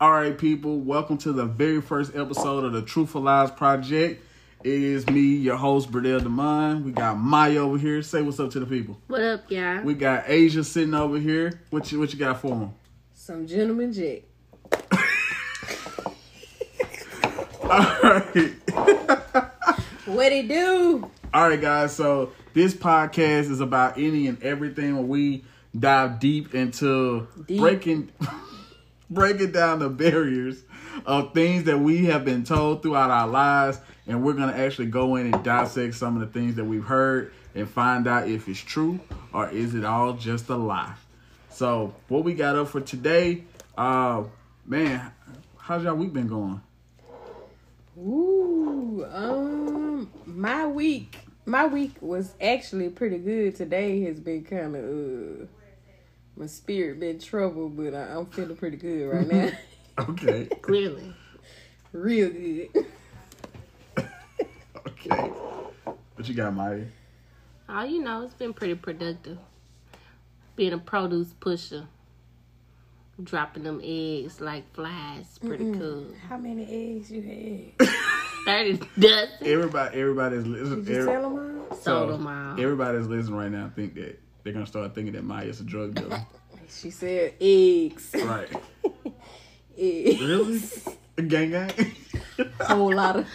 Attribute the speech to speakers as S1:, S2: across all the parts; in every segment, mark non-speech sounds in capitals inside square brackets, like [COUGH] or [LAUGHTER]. S1: All right, people, welcome to the very first episode of the Truthful Lies Project. It is me, your host, Bradell Demond. We got Maya over here. Say what's up to the people.
S2: What up, y'all?
S1: We got Asia sitting over here. What you what you got for him?
S3: Some gentleman jack.
S1: All right. [LAUGHS]
S3: What it do?
S1: All right, guys. So this podcast is about any and everything where we dive deep into
S3: Deep.
S1: breaking [LAUGHS] breaking down the barriers of things that we have been told throughout our lives, and we're gonna actually go in and dissect some of the things that we've heard and find out if it's true or is it all just a lie. So what we got up for today, uh, man, how's y'all week been going?
S3: Ooh, um, my week, my week was actually pretty good. Today has been kind of, uh, my spirit been troubled, but I, I'm feeling pretty good right now. [LAUGHS]
S1: Okay.
S2: Clearly.
S3: Real good.
S1: [LAUGHS] Okay. What you got, Maya?
S2: Oh, you know, it's been pretty productive. Being a produce pusher. Dropping them eggs like flies. Pretty cool.
S3: How many eggs you had?
S2: 30 dozen.
S1: Everybody, everybody's listening.
S3: Did you tell them
S1: uh,
S3: all?
S2: Sold them all.
S1: Everybody's listening right now. Think that they're gonna start thinking that Maya's a drug dealer,
S3: She said eggs.
S1: right?
S3: eggs.
S1: Really? gang gang. [LAUGHS]
S3: Whole lot of,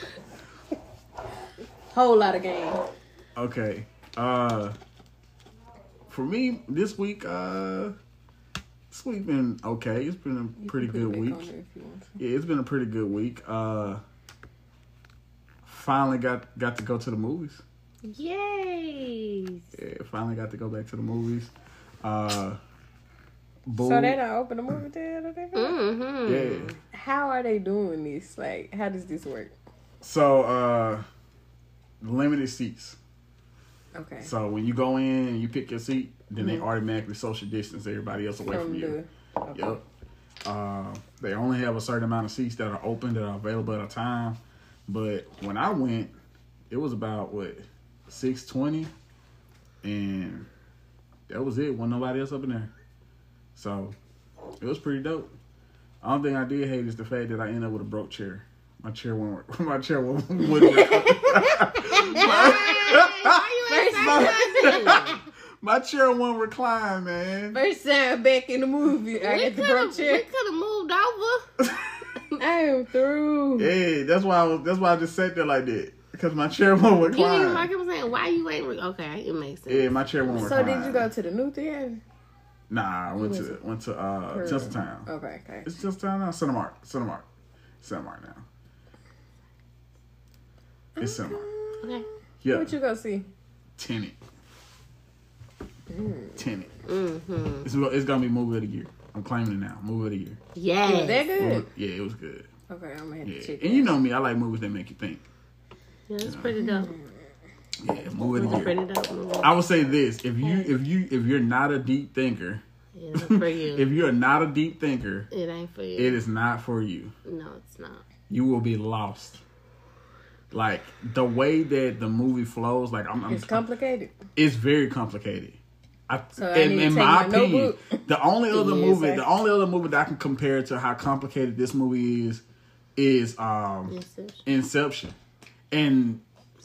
S3: whole lot of game.
S1: okay. Uh, for me, this week, uh, this week been okay. It's been a pretty
S3: Put it
S1: good
S3: back
S1: week.
S3: on there if you want to.
S1: Yeah, it's been a pretty good week. Uh, finally got got to go to the movies.
S2: Yay! [LAUGHS]
S1: Yeah, finally got to go back to the movies. Uh, boo.
S3: So um, they don't open the movie theater. they don't-
S2: Mm-hmm.
S1: yeah.
S3: How are they doing this? Like, how does this work?
S1: So uh, limited seats.
S3: Okay.
S1: So when you go in and you pick your seat, then they automatically social distance everybody else away from,
S3: From
S1: you.
S3: the
S1: Yep. Uh, they only have a certain amount of seats that are open that are available at a time. But when I went, it was about what six twenty, and that was it. Wasn't nobody else up in there, so it was pretty dope. Only thing I did hate is the fact that I ended up with a broke chair. My chair won't. [LAUGHS] My chair won't. wouldn't rec-
S2: First time.
S1: [LAUGHS] my chair won't recline, man.
S3: [LAUGHS] first time back in the movie, I
S2: We
S3: get the
S2: could
S3: broke
S2: have
S3: check.
S2: moved over.
S3: I am through.
S1: Yeah, that's why I was. That's why I just sat there like that because my chair won't
S2: You didn't
S1: recline.
S2: like I was saying, why you ain't. Re- okay, it makes sense.
S1: Yeah, my chair won't
S3: So
S1: recline.
S3: did you go to the new theater?
S1: Nah, I went
S3: was
S1: to went to uh
S3: Pearl.
S1: Chestertown.
S3: Okay, okay.
S1: It's Chestertown now. Cinemark, Cinemark, Cinemark now. It's Cinemark.
S2: Okay.
S1: Yeah,
S3: What you go see?
S1: Tenet.
S3: Mm.
S1: Tenet.
S2: Mm-hmm.
S1: It's, go- it's gonna be movie of the year. I'm claiming it now. Movie of the year.
S3: Is that
S2: Yes.
S3: good?
S1: Yeah, it was good.
S3: Okay, I'm gonna have
S1: Yeah,
S3: to check.
S1: and you know me, I like movies that make you think.
S2: Yeah, it's pretty dope.
S1: Yeah, movie of
S2: It's
S1: the
S2: a
S1: year.
S2: pretty dope movie.
S1: I would say this: if you if you if you're not a deep thinker,
S2: Yeah, it's for
S1: If
S2: you.
S1: you're not a deep thinker,
S2: It ain't for you.
S1: it is not for you.
S2: No, it's not.
S1: You will be lost. Like the way that the movie flows, like I'm, I'm
S3: It's complicated.
S1: it's very complicated. I,
S3: So I
S1: in,
S3: need to
S1: in
S3: take
S1: my,
S3: my
S1: opinion,
S3: notebook.
S1: the only other
S3: [LAUGHS] Yeah,
S1: movie,
S3: exactly.
S1: the only other movie that I can compare to how complicated this movie is, is um,
S2: Inception.
S1: Inception, and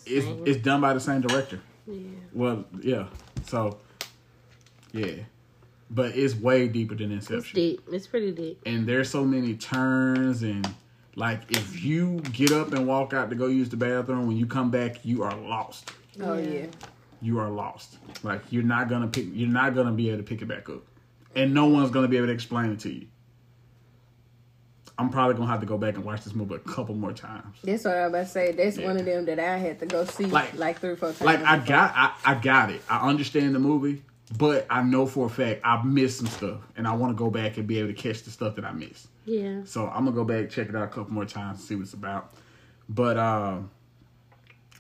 S1: it's
S2: Same.
S1: it's done by the same director.
S2: Yeah.
S1: Well, yeah, so yeah, but it's way deeper than Inception.
S2: It's deep. It's pretty deep.
S1: and there's so many turns and like if you get up and walk out to go use the bathroom when you come back you are lost
S3: Oh
S2: Yeah.
S3: yeah.
S1: you are lost like you're not gonna pick you're not gonna be able to pick it back up and no one's gonna be able to explain it to you i'm probably gonna have to go back and watch this movie a couple more times
S3: That's what I was about to say. That's
S1: Yeah.
S3: one of them that I had to go see
S1: Like-
S3: like, three or four times.
S1: like i got I, I got it i understand the movie but i know for a fact i missed some stuff and i want to go back and be able to catch the stuff that i missed
S2: Yeah.
S1: So I'm gonna go back check it out a couple more times, see what it's about. But um,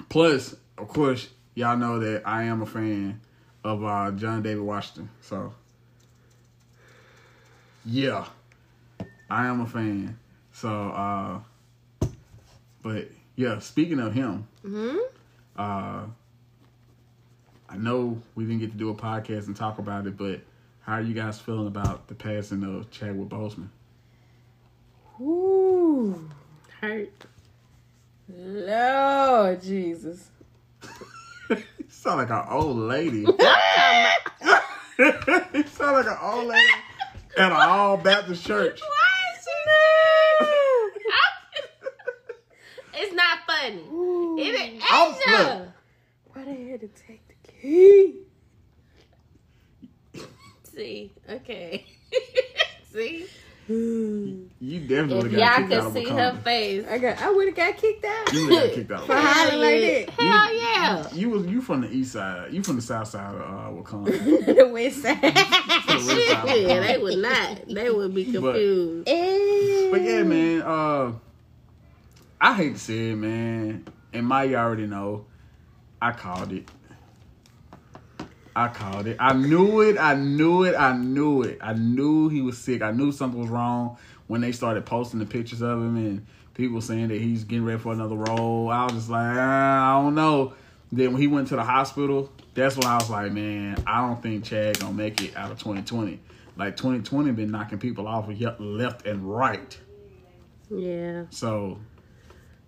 S1: plus, of course, y'all know that I am a fan of uh, John David Washington. So yeah, I am a fan. So, uh, but yeah, speaking of him, uh, I know we didn't get to do a podcast and talk about it, but how are you guys feeling about the passing of Chadwick Boseman?
S3: Ooh,
S2: Hurt.
S3: Lord Jesus.
S1: you sound like an old
S2: [LAUGHS]
S1: lady.
S2: Um,
S1: you sound like an old lady at an all Baptist church.
S2: it's not funny.
S3: Ooh.
S2: It is
S1: I'm-
S2: Asia.
S3: Why they had to take the key?
S2: See, okay. [LAUGHS] see,
S3: Ooh.
S1: You definitely
S2: if
S1: got
S2: y'all
S1: kicked out
S2: could
S1: of
S2: see
S1: Wakanda.
S2: her face,
S3: I got. I would have got kicked out.
S1: You would've got kicked out. of
S3: For hollering like
S2: Hell yeah.
S1: You was you from the east side. You from the south side of uh, Wakanda.
S2: [LAUGHS]
S3: that. the west side.
S2: Shit, they would not. They would be confused.
S1: But yeah, man. Uh, I hate to say it, man. And Maya already know. I called it. I called it. I knew it. I knew it. I knew it. I knew he was sick. I knew something was wrong when they started posting the pictures of him and people saying that he's getting ready for another role. I was just like, ah, I don't know. Then when he went to the hospital, that's when I was like, man, I don't think Chad gonna make it out of 2020. Like 2020 been knocking people off ye- left and right.
S2: Yeah.
S1: So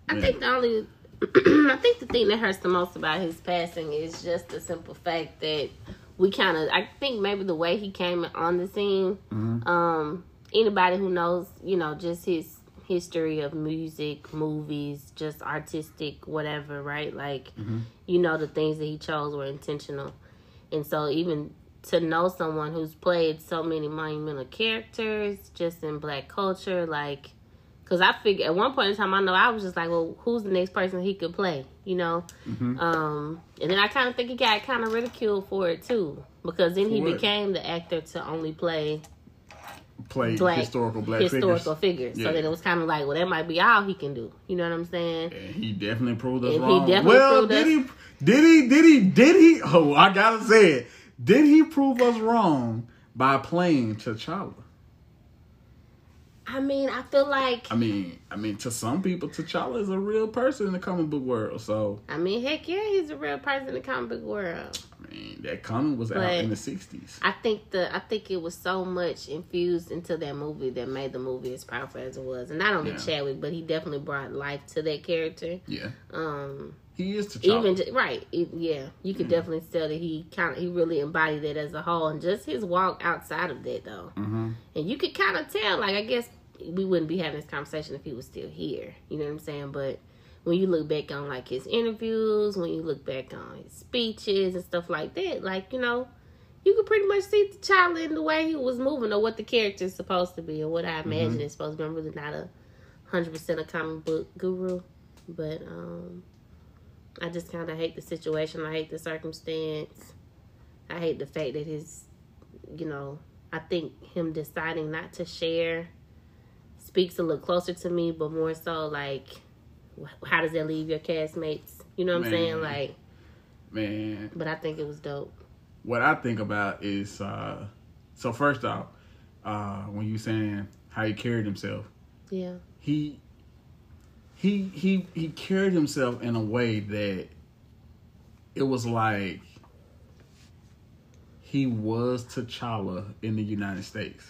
S2: I
S1: Yeah.
S2: think the only, [CLEARS THROAT] I think the thing that hurts the most about his passing is just the simple fact that we kind of, I think maybe the way he came on the scene.
S1: Mm-hmm.
S2: Um, anybody who knows, you know, just his history of music, movies, just artistic, whatever, right? Like,
S1: Mm-hmm.
S2: you know, the things that he chose were intentional, and so even to know someone who's played so many monumental characters just in black culture, like. Cause I figured at one point in time, I know I was just like, well, who's the next person he could play, you know?
S1: Mm-hmm.
S2: Um, and then I kind of think he got kind of ridiculed for it too, because then he
S1: For what?
S2: became the actor to only play
S1: play
S2: black
S1: historical black
S2: historical
S1: figures.
S2: figures.
S1: Yeah.
S2: So then it was kind of like, well, that might be all he can do. You know what I'm saying?
S1: And he definitely proved us
S2: And he
S1: wrong.
S2: definitely
S1: well,
S2: proved
S1: did he? Did he? Did he? Did he? Oh, I gotta say it. Did he prove us wrong by playing T'Challa?
S2: I mean, I feel like,
S1: I mean, I mean, to some people, T'Challa is a real person in the comic book world. So,
S2: I mean, heck yeah, he's a real person in the comic book world.
S1: I mean, that comic was out
S2: But-
S1: in the '60s.
S2: I think the I think it was so much infused into that movie that made the movie as powerful as it was, and not only
S1: Yeah.
S2: Chadwick, but he definitely brought life to that character.
S1: Yeah,
S2: Um,
S1: he is T'Challa.
S2: even ju- right, it, yeah, you
S1: Mm.
S2: could definitely tell that he kind of he really embodied that as a whole, and just his walk outside of that though,
S1: Mhm.
S2: and you could kind of tell. Like I guess we wouldn't be having this conversation if he was still here. You know what I'm saying? But when you look back on like his interviews, when you look back on his speeches and stuff like that, like you know, you could pretty much see the child in the way he was moving or what the character is supposed to be or what I imagine it's supposed to be. I'm really not a hundred percent a comic book guru, but um, I just kind of hate the situation. I hate the circumstance. I hate the fact that his, you know, I think him deciding not to share speaks a little closer to me, but more so like, wh- how does that leave your castmates? You know what I'm
S1: Man.
S2: saying? Like,
S1: Man,
S2: but I think it was dope.
S1: what I think about is uh so first off, uh when you saying how he carried himself,
S2: Yeah.
S1: he he he he carried himself in a way that it was like he was T'Challa in the United States.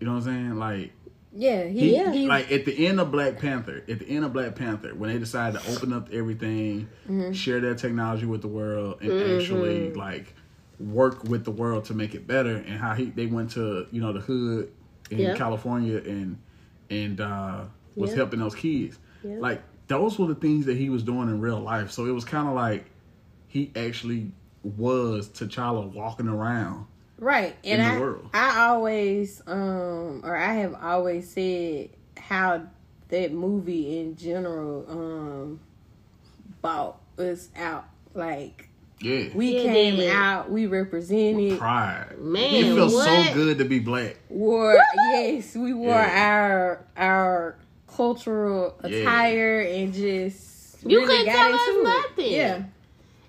S1: You know what I'm saying? Like
S3: Yeah,
S1: he,
S3: he, he
S1: like at the end of Black Panther, at the end of Black Panther, when they decided to open up everything,
S2: Mm-hmm.
S1: share their technology with the world, and actually like work with the world to make it better, and how he they went to you know the hood in
S2: Yeah.
S1: California and and uh, was
S2: Yeah.
S1: helping those kids.
S2: Yeah.
S1: Like those were the things that he was doing in real life. So it was kind of like he actually was T'Challa walking around.
S3: right and
S1: in the
S3: I,
S1: world.
S3: I always um or I have always said how that movie in general um bought us out like
S1: Yeah,
S3: we
S2: It
S3: came
S2: did.
S3: out we represented
S1: pride.
S2: Man,
S1: it feels so
S2: what?
S1: good to be black.
S3: wore yes we wore
S1: Yeah.
S3: our our cultural
S1: Yeah.
S3: attire and just
S2: You couldn't
S3: got
S2: tell us
S3: into it.
S2: nothing.
S3: yeah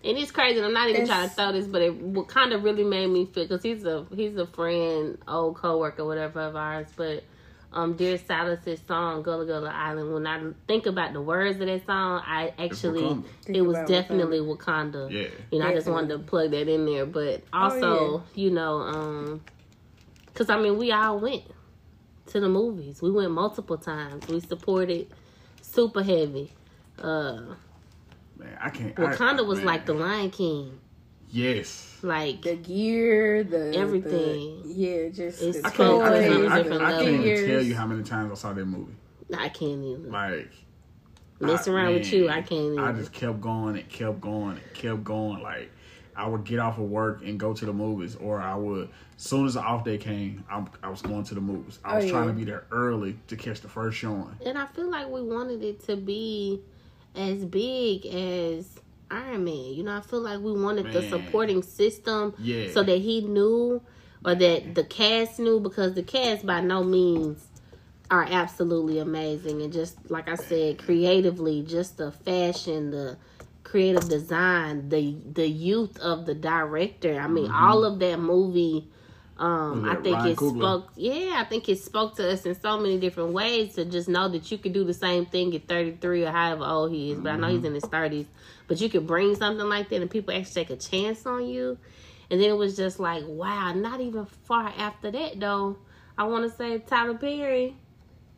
S2: And it's crazy. and I'm not even
S3: It's-
S2: trying to throw this, but it kind of really made me feel because he's a he's a friend, old coworker, whatever of ours. But um, dear Silas's song "Gullah Gullah Island." When I think about the words of that song, I actually
S1: Wakanda.
S2: it was
S3: Think about
S2: definitely Wakanda.
S1: Yeah.
S2: You know, I just wanted to plug that in there.
S3: Oh,
S2: But also, you know, um, because I mean, we all went. to the movies. We went multiple times. We supported super heavy. Uh,
S1: Man, I can't. I-
S2: Wakanda was
S1: man.
S2: like the Lion King.
S1: Yes.
S2: Like
S3: The gear, the
S2: Everything.
S3: the- yeah, just
S2: It's
S3: the
S1: I can't, I
S2: Toys,
S1: can't, I,
S2: different
S1: I can't even
S3: figures.
S1: tell you how many times I saw that movie.
S2: I can't even
S1: Like,
S2: mess
S1: I-
S2: around with
S1: man,
S2: you. I can't even.
S1: I just kept going and kept going and kept going. Like, I would get off of work and go to the movies, or I would. Soon as the off day came, I, I was going to the movies. I
S3: Oh,
S1: was trying
S3: yeah.
S1: to be there early to catch the first showing.
S2: and I feel like we wanted it to be as big as Iron Man. You know, I feel like we wanted the
S1: Man.
S2: supporting system
S1: Yeah.
S2: so that he knew or that the cast knew because the cast by no means are absolutely amazing and just like I said, creatively, just the fashion, the creative design, the the youth of the director. I mean, all of that movie um
S1: Mm-hmm. Was
S2: I
S1: that
S2: think
S1: Ryan
S2: it
S1: Coogler?
S2: spoke yeah, I think it spoke to us in so many different ways to just know that you could do the same thing at 33 or however old he is, but I know
S1: Mm-hmm.
S2: he's in his 30s, but you could bring something like that and people actually take a chance on you. And then it was just like, wow, not even far after that though. I want to say Tyler Perry,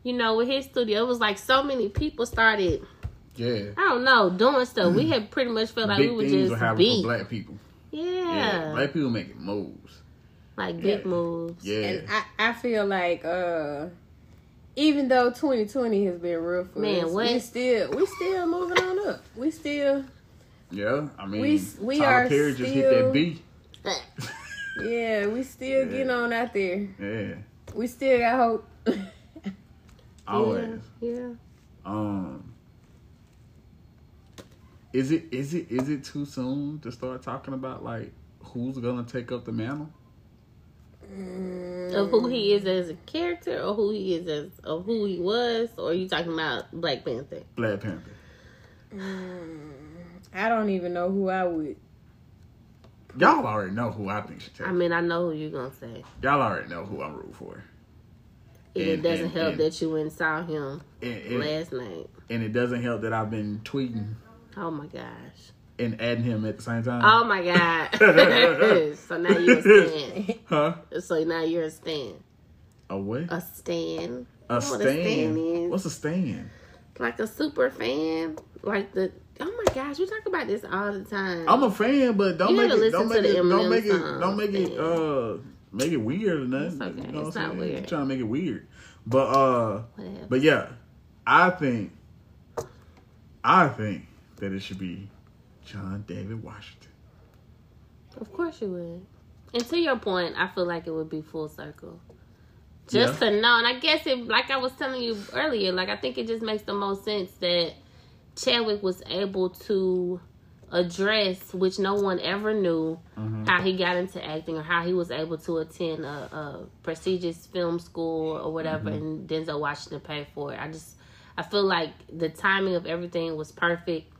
S2: you know, with his studio, it was like so many people started,
S1: Yeah.
S2: I don't know, doing stuff. We had pretty much felt like
S1: Mm. Big
S2: we were
S1: things were
S2: just
S1: happening
S2: beat.
S1: for black people.
S2: yeah.
S1: Black people making moves.
S2: like big
S1: Yeah.
S2: moves.
S1: Yeah.
S3: And I, I feel like uh even though 2020 has been rough for
S2: Man,
S3: us,
S2: what?
S3: we still we still moving on up. We still
S1: yeah. I mean,
S3: We- we
S1: Tyler
S3: are
S1: Perry just hit
S3: still-
S1: that B. [LAUGHS]
S3: [LAUGHS] yeah, we still
S1: Yeah.
S3: getting on out there.
S1: Yeah.
S3: We still got hope. [LAUGHS]
S1: Always.
S2: Yeah. yeah.
S1: Um, is it is it is it too soon to start talking about like who's gonna take up the mantle?
S2: Of who he is as a character or who he is as or who he was, or you talking about Black Panther?
S1: Black Panther.
S3: I don't even know who I would.
S1: Y'all already know who I think should take.
S2: I
S1: it.
S2: mean, I know who you're gonna say.
S1: Y'all already know who I'm rooting for,
S2: It
S1: And-
S2: doesn't
S1: and-
S2: help
S1: and-
S2: that you went and saw him
S1: and and,
S2: last night.
S1: and it doesn't help that I've been tweeting
S2: Oh my gosh.
S1: and adding him at the same time.
S2: Oh
S1: [LAUGHS]
S2: my god. [LAUGHS] so now you're a stan.
S1: huh?
S2: So now you're a stan.
S1: A what?
S2: A stan.
S1: A
S2: know what a stan is.
S1: stand. What's a stand?
S2: like a super fan, like the oh my gosh, we talk about this all the time.
S1: I'm a fan, but don't
S2: You
S1: make
S2: gotta
S1: it
S2: listen
S1: don't make
S2: to the
S1: it don't
S2: Eminem
S1: make it
S2: songs,
S1: don't make it
S2: man.
S1: uh make it weird or nothing.
S2: It's okay.
S1: You know what
S2: It's
S1: I'm
S2: not
S1: saying?
S2: weird.
S1: You're trying to make it weird. But uh
S2: Whatever.
S1: but yeah, I think I think that it should be John David Washington.
S2: of course you would. And to your point, I feel like it would be full circle. Just to know, and I guess it, like I was telling you earlier, like I think it just makes the most sense that Chadwick was able to address, which no one ever knew, how he got into acting or how he was able to attend a, a prestigious film school or whatever, and Denzel Washington paid for it. I just, I feel like the timing of everything was perfect.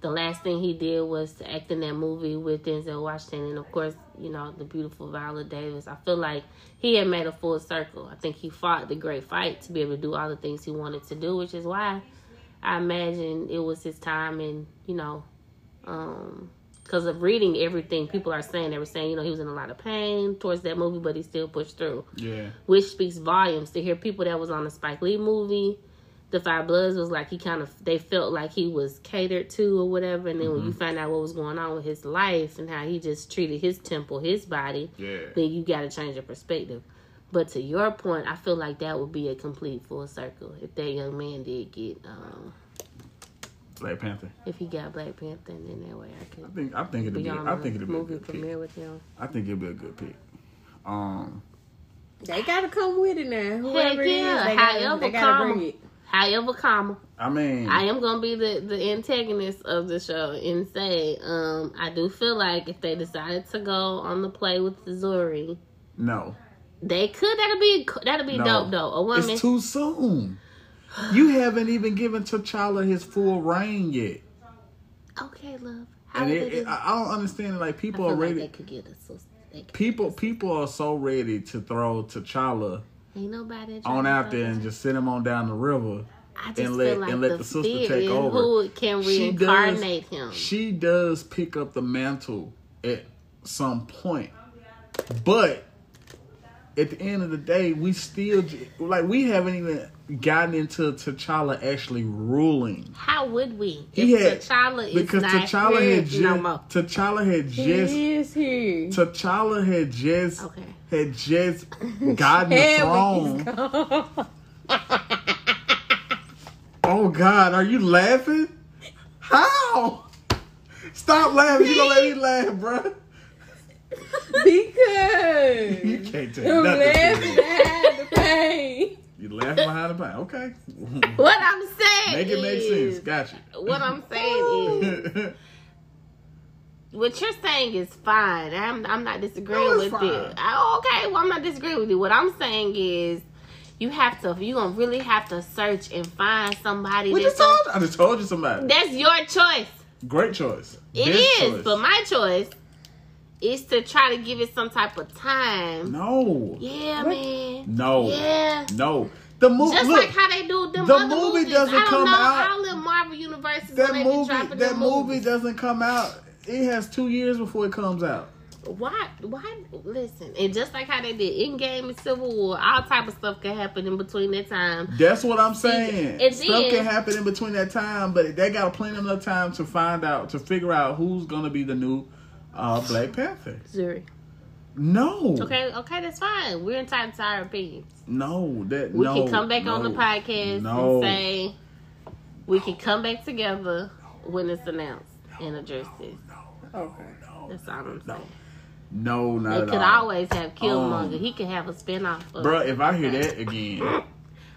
S2: The last thing he did was to act in that movie with Denzel Washington, and of course, you know the beautiful Viola Davis. I feel like he had made a full circle. I think he fought the great fight to be able to do all the things he wanted to do, which is why I imagine it was his time, and you know, um, because of reading everything people are saying, they were saying, you know, he was in a lot of pain towards that movie, but he still pushed through,
S1: Yeah.
S2: which speaks volumes to hear people that was on the Spike Lee movie. The Five Bloods was like he kind of they felt like he was catered to or whatever, and then when you
S1: Mm-hmm.
S2: find out what was going on with his life and how he just treated his temple, his body,
S1: Yeah.
S2: then you got to change your perspective. But to your point, I feel like that would be a complete full circle if that young man did get, um,
S1: Black Panther.
S2: if he got Black Panther, and then that way I
S1: I
S2: could
S1: think I think it'll
S2: be
S1: be
S2: on
S1: I think
S2: the
S1: it'll be a
S2: movie
S1: good pick.
S2: premiere with him.
S1: I think it'll be a good pick. Um
S3: They gotta come with it now. Whoever it is,
S2: yeah.
S3: they gotta,
S2: However
S3: they gotta
S2: come.
S3: bring it.
S2: However, comma,
S1: I mean
S2: I am gonna be the the antagonist of the show and say, um, I do feel like if they decided to go on the play with Zuri,
S1: no.
S2: they could. That'll be that'll be
S1: No.
S2: dope though. A woman.
S1: It's too soon. You haven't even given T'Challa his full reign yet.
S2: okay, love. How
S1: And
S2: did
S1: it,
S2: they
S1: it,
S2: do-
S1: I I don't understand. Like
S2: I
S1: people
S2: feel
S1: are
S2: like
S1: ready.
S2: they could get a sister. They could-
S1: people people are so ready to throw T'Challa
S2: Ain't nobody
S1: on
S2: trying
S1: out
S2: to-
S1: there and just send him on down the river.
S2: I just
S1: and let-
S2: feel like
S1: and let
S2: the,
S1: the sister
S2: fear
S1: take
S2: is
S1: over.
S2: Who can
S1: She does-
S2: reincarnate him?
S1: She does pick up the mantle at some point, but at the end of the day, we still j- like we haven't even gotten into T'Challa actually ruling.
S2: How would we? If
S1: He had
S2: T'Challa is
S1: because
S2: not
S1: T'Challa had
S2: here
S1: just
S2: no more.
S1: T'Challa had just
S3: he is here.
S1: T'Challa had just
S2: Okay.
S1: had
S2: [LAUGHS]
S1: just gotten the
S3: Hell, he's
S1: throne.
S3: gone.
S1: Oh God, are you laughing? How? Stop laughing! You gonna let me laugh, bruh. You
S3: because
S1: can't
S3: I'm
S1: tell [LAUGHS] nothing. to
S3: laughing
S1: me.
S3: behind the pain.
S1: You laughing behind the back? Okay,
S2: What I'm saying
S1: make it make
S2: is-
S1: sense. Gotcha.
S2: What I'm saying is, [LAUGHS] what you're saying is fine. I'm I'm not disagreeing
S1: No, it's
S2: with
S1: fine.
S2: it. I, okay, well I'm not disagreeing with you. What I'm saying is, you have to. You gonna really have to search and find somebody
S1: we
S2: that's
S1: just told. You, I just told you somebody.
S2: that's your choice.
S1: Great choice.
S2: It is, but my choice is to try to give it some type of time.
S1: no,
S2: Yeah, man.
S1: no,
S2: Yeah.
S1: no. The movie.
S2: Just
S1: Look,
S2: like how they do them
S1: the
S2: other
S1: movie
S2: movies.
S1: doesn't
S2: I don't
S1: come
S2: know.
S1: out-
S2: All in Marvel universes when
S1: that
S2: they be
S1: movie.
S2: dropping
S1: That
S2: them
S1: movie
S2: movies.
S1: doesn't come out. It has two years before it comes out.
S2: Why? Why? Listen, and just like how they did in game and Civil War, all type of stuff can happen in between that time.
S1: That's what I'm saying.
S2: and
S1: Stuff
S2: then-
S1: can happen in between that time, but they got plenty enough time to find out to figure out who's gonna be the new uh, Black Panther.
S2: Zuri.
S1: No.
S2: Okay, okay, that's fine. We're entitled to our opinions.
S1: No. That
S2: We
S1: no,
S2: can come back on the
S1: no,
S2: podcast
S1: No.
S2: and say we can come back together when it's announced and address this.
S3: Okay.
S1: No.
S2: That's all I'm
S1: No.
S2: saying.
S1: No. Not
S2: They
S1: at
S2: could
S1: all.
S2: always have Killmonger.
S1: Um,
S2: he could have a spinoff. Of,
S1: Bruh, if I hear that again,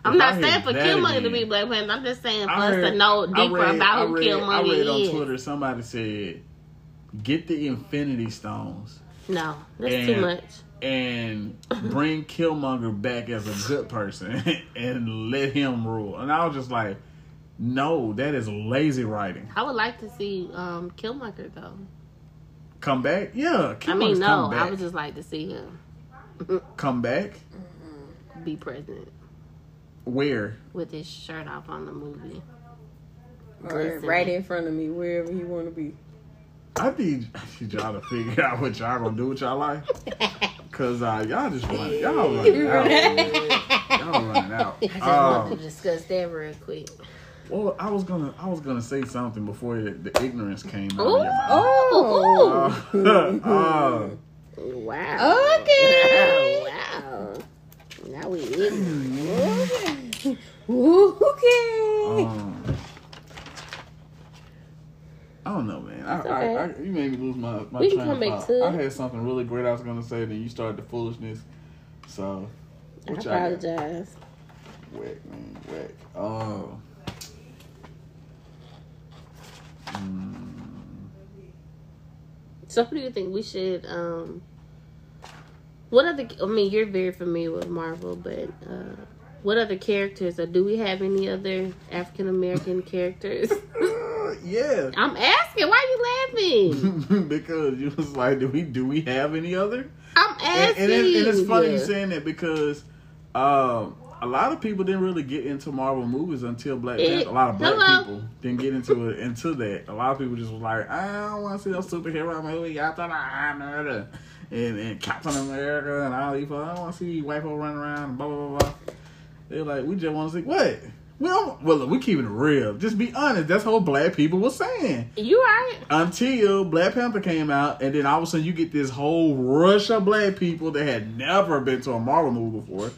S2: I'm
S1: if
S2: not
S1: I
S2: saying
S1: hear
S2: for
S1: that
S2: Killmonger to
S1: again-
S2: be Black Panther. I'm just saying for
S1: I
S2: us
S1: heard-
S2: to know
S1: I
S2: deeper
S1: read- I
S2: about who
S1: read-
S2: Killmonger
S1: I read
S2: is.
S1: on Twitter somebody said, "Get the Infinity Stones
S2: No, that's
S1: And-
S2: too much.
S1: and bring Killmonger back as a good person [LAUGHS] and let him rule." And I was just like, "No, that is lazy writing.
S2: I would like to see um, Killmonger though.
S1: Come back, yeah. Killmonger's
S2: I mean, no,
S1: come back.
S2: I would just like to see him
S1: come back.
S2: be president
S1: Where?
S2: with his shirt off on the movie.
S3: Or right in front of me, wherever he want to be.
S1: I need [LAUGHS] I need y'all to figure out what y'all gonna do with y'all
S2: [LAUGHS]
S1: life, cause uh, y'all just run, y'all running out. man. Y'all running out.
S2: I just
S1: Um,
S2: want to discuss that real quick.
S1: Well, I was gonna, I was gonna say something before the, the ignorance came out.
S2: Ooh.
S1: Of your mouth.
S3: Oh.
S2: Oh,
S1: Uh, [LAUGHS]
S2: wow.
S3: Okay.
S2: Wow. Now we in.
S3: Okay.
S1: um, I don't know, man. I,
S2: okay.
S1: I, I, you made me lose my, my
S2: We can
S1: train
S2: come
S1: of
S2: back
S1: thought.
S2: to
S1: I
S2: it.
S1: had something really great I was gonna say, then you started the foolishness. So,
S2: I
S1: what y'all got?
S2: apologize.
S1: Whack, man, whack. Oh. Mm, [LAUGHS]
S2: So, who do you think we should? um What other? I mean, you're very familiar with Marvel, but uh what other characters, or do we have any other African American characters? [LAUGHS]
S1: uh, yeah. [LAUGHS]
S2: I'm asking. Why you laughing?
S1: because you was like, do we do we have any other?
S2: I'm
S1: and,
S2: asking.
S1: and, it, and it's funny you
S2: Yeah.
S1: saying that because um, a lot of people didn't really get into Marvel movies until Black
S2: It-
S1: Panther. A lot of black
S2: hello?
S1: people didn't get into it until that. A lot of people just was like, I don't want to see no superhero movie. I thought I murder and, and Captain America and all these. people. I don't want to see white people running around and blah blah blah. blah. They're like, we just want to see what. We don't, well, look, we keeping it real. Just be honest. That's what black people was saying
S2: You right.
S1: until Black Panther came out, and then all of a sudden you get this whole rush of black people that had never been to a Marvel movie before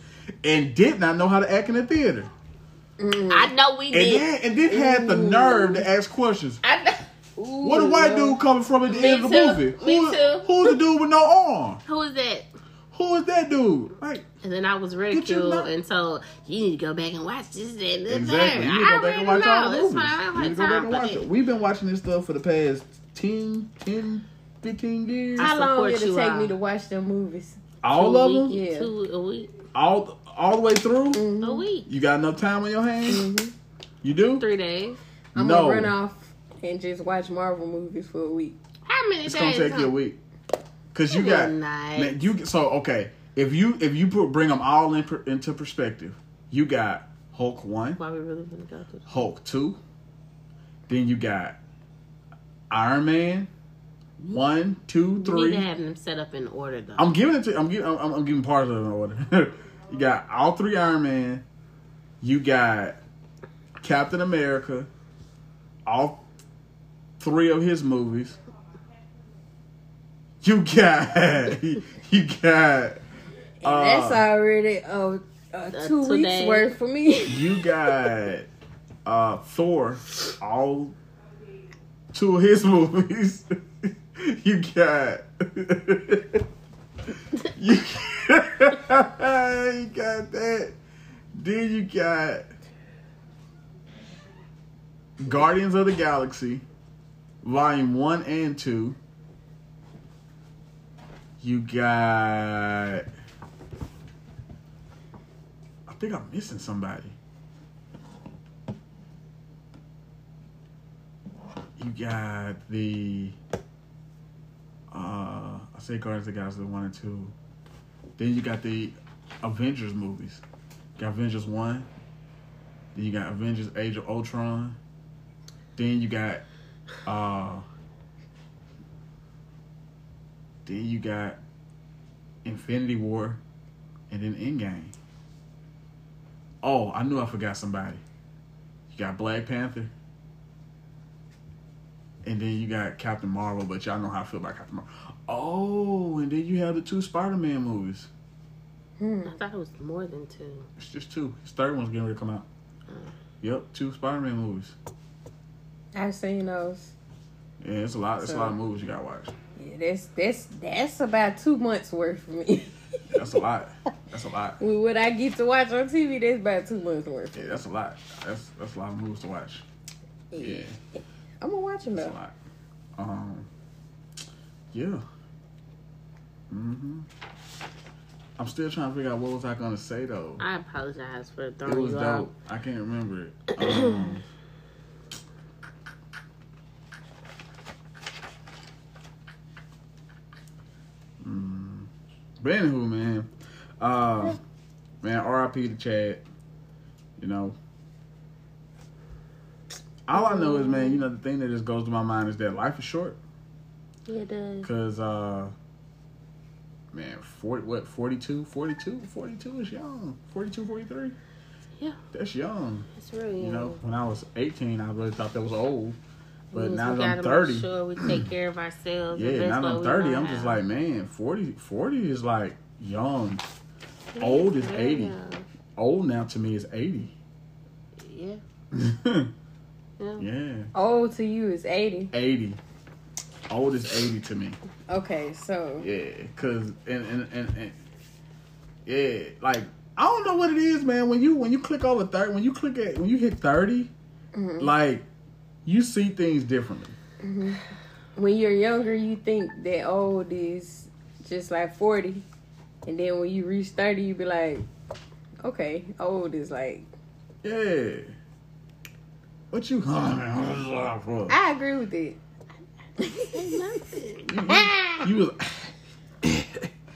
S1: and did not know how to act in the theater,
S2: I know we
S1: and
S2: did.
S1: then and then had the nerve to ask questions.
S2: I know. [LAUGHS]
S1: What a white dude coming from at the
S2: Me
S1: end of the
S2: too.
S1: movie?
S2: Me
S1: Who's-
S2: too.
S1: Who's the dude with no arm?
S2: Who is that?
S1: Who is that dude? Like
S2: And then I was
S1: you
S2: ridiculed
S1: not-
S2: and told you need to go back and watch this that, and this
S1: exactly.
S2: there.
S1: You need to
S2: I
S1: go back
S2: already
S1: and watch
S2: know.
S1: all the
S2: it's
S1: movies.
S2: fine. I don't
S1: You need to go
S2: have
S1: back and
S2: time
S1: watch
S2: for
S1: it.
S2: that.
S1: We've been watching this stuff for the past 10, 10, 15 years.
S2: I
S3: How long
S2: support
S3: did it
S2: you
S3: take
S2: all.
S3: me to watch them movies?
S1: All
S2: A
S1: of
S2: week,
S1: them,
S3: yeah.
S2: Two a week.
S1: all all the way through.
S2: A week.
S1: You got enough time on your hands? You do?
S2: Three days.
S3: I'm
S1: no.
S3: gonna run off and just watch Marvel movies for a week.
S2: How many
S1: It's gonna
S2: days?
S1: take you a
S2: huh?
S1: week. Cause you
S2: It
S1: got
S2: was nice.
S1: man, you so okay. If you if you put bring them all in, per- into perspective, you got Hulk one,
S2: Why we really gonna go through?
S1: Hulk two, then you got Iron Man, One, two,
S2: You need
S1: three.
S2: to have them set up in order though.
S1: I'm giving it to. I'm giving. I'm, I'm giving part of it in order. [LAUGHS] you got all three Iron Man. You got Captain America. All three of his movies. You got. [LAUGHS] You got. uh,
S3: That's already uh, uh,
S2: Uh,
S3: two
S2: two
S3: weeks
S2: days.
S3: worth for me. [LAUGHS]
S1: You got uh, Thor, all two of his [LAUGHS] movies. you got. [LAUGHS] you, [LAUGHS] you got that. Then you got Guardians of the Galaxy, Volume 1 and 2. You got. I think I'm missing somebody. You got the uh I say Guardians of the Galaxy one and two. Then you got the Avengers movies. You got Avengers one. Then you got Avengers Age of Ultron. Then you got uh then you got Infinity War and then Endgame. Oh, I knew I forgot somebody. You got Black Panther. And then you got Captain Marvel, but y'all know how I feel about Captain Marvel. Oh, and then you have the two Spider Man movies.
S3: Hmm,
S2: I thought it was more than two.
S1: It's just two. His third one's getting ready to come out. Yep, two Spider Man movies.
S3: I've seen those.
S1: Yeah, it's a lot. It's a lot of
S3: So-
S1: movies you gotta watch.
S3: Yeah, that's that's that's about two months worth for me. [LAUGHS]
S1: That's a lot. That's a lot.
S3: With what I get to watch on TV, that's about two months worth.
S1: Yeah, that's a lot. That's that's a lot of movies to watch. Yeah,
S3: I'm gonna watch them
S1: that's a
S3: though.
S1: lot. Um, yeah. Mhm. I'm still trying to figure out what was I gonna say though.
S2: I apologize for
S1: It
S2: throwing
S1: was
S2: you
S1: dope.
S2: out.
S1: I can't remember it. Um, mm, but anywho, man, uh, man, R.I.P. to Chad. You know, all I know is, man, you know, the thing that just goes to my mind is that life is short.
S2: Yeah, it does.
S1: Cause uh man, 40 what 42, 42, 42 is young. 42, 43.
S2: Yeah.
S1: That's young.
S2: It's real.
S1: You know, when I was 18, I really thought that was old.
S2: We
S1: But
S2: just
S1: now that
S2: gotta
S1: I'm
S2: make
S1: 30,
S2: sure we
S1: [CLEARS THROAT]
S2: take care of ourselves. and
S1: yeah,
S2: that's
S1: now that
S2: what
S1: I'm
S2: we
S1: 30,
S2: know
S1: I'm just
S2: how.
S1: like, man, 40 40 is like young.
S2: Yeah,
S1: old is
S2: yeah.
S1: 80. Old now to me is 80.
S2: Yeah. Yeah.
S1: [LAUGHS] yeah,
S3: Old to you is eighty.
S1: 80. Old is 80 to me.
S3: Okay, so
S1: Yeah, cause and and and, and yeah, like I don't know what it is, man. When you when you click over thirty, when you click at when you hit 30
S2: Mm-hmm.
S1: like you see things differently.
S3: when you're younger, you think that old is just like forty, and then when you reach thirty, you be like, okay, old is like.
S1: Yeah. Oh, What you humming for?
S3: I agree with it.
S1: You,
S2: Ah,
S1: [LAUGHS] you, you was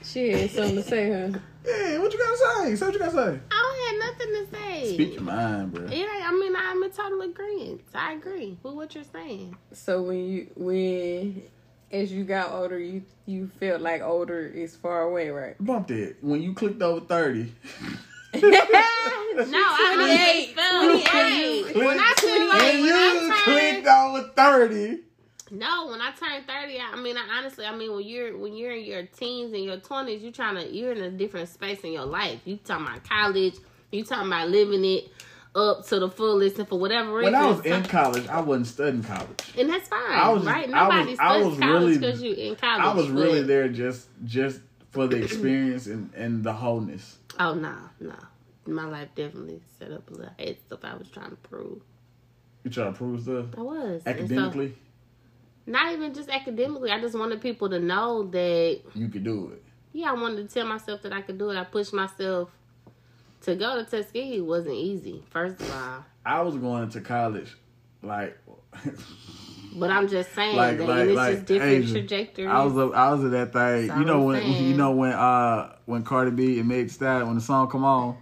S3: She had something to say, huh?
S1: [LAUGHS] yeah. What you gotta say? Say what you gotta
S2: I don't have nothing to say.
S1: say. Speak your mind, bro.
S2: It ain't- I mean, I'm in total agreement. I agree with what you're saying.
S3: So when you when as you got older, you you felt like older is far away, right?
S1: Bumped it when you clicked over thirty.
S2: No, I honestly
S3: 28,
S2: felt right.
S3: 28.
S2: When I feel like
S1: when
S2: when
S1: you
S2: I turned
S1: clicked over thirty.
S2: No, when I turned thirty, I, I mean, I honestly, I mean, when you're when you're in your teens and your twenties, you're trying to you're in a different space in your life. You talking about college, you talking about living it up to the fullest, and for whatever reason,
S1: When I was in college, I wasn't studying college.
S2: and that's fine,
S1: I was just- I
S2: right?
S1: was-
S2: Nobody
S1: I
S2: studies
S1: was
S2: college
S1: really-
S2: because you in college.
S1: I was really
S2: but-
S1: there just just for the experience and, and the wholeness.
S2: Oh no, no, my life definitely set up a little head stuff. I was trying to prove
S1: You try to prove stuff
S2: I was And so-
S1: academically,
S2: not even just academically. I just wanted people to know that
S1: you could do it.
S2: yeah, I wanted to tell myself that I could do it. I pushed myself to go to Tuskegee wasn't easy, first of all.
S1: I was going to college like [LAUGHS]
S2: But I'm just saying
S1: Like-
S2: that
S1: like-
S2: and it's
S1: like,
S2: just different
S1: Asia,
S2: trajectories.
S1: I was up, I was at that thing.
S2: That's
S1: You know
S2: all I'm
S1: when [LAUGHS]
S2: saying.
S1: you know when uh when Cardi B and Meg Thee Stallion when the song come on,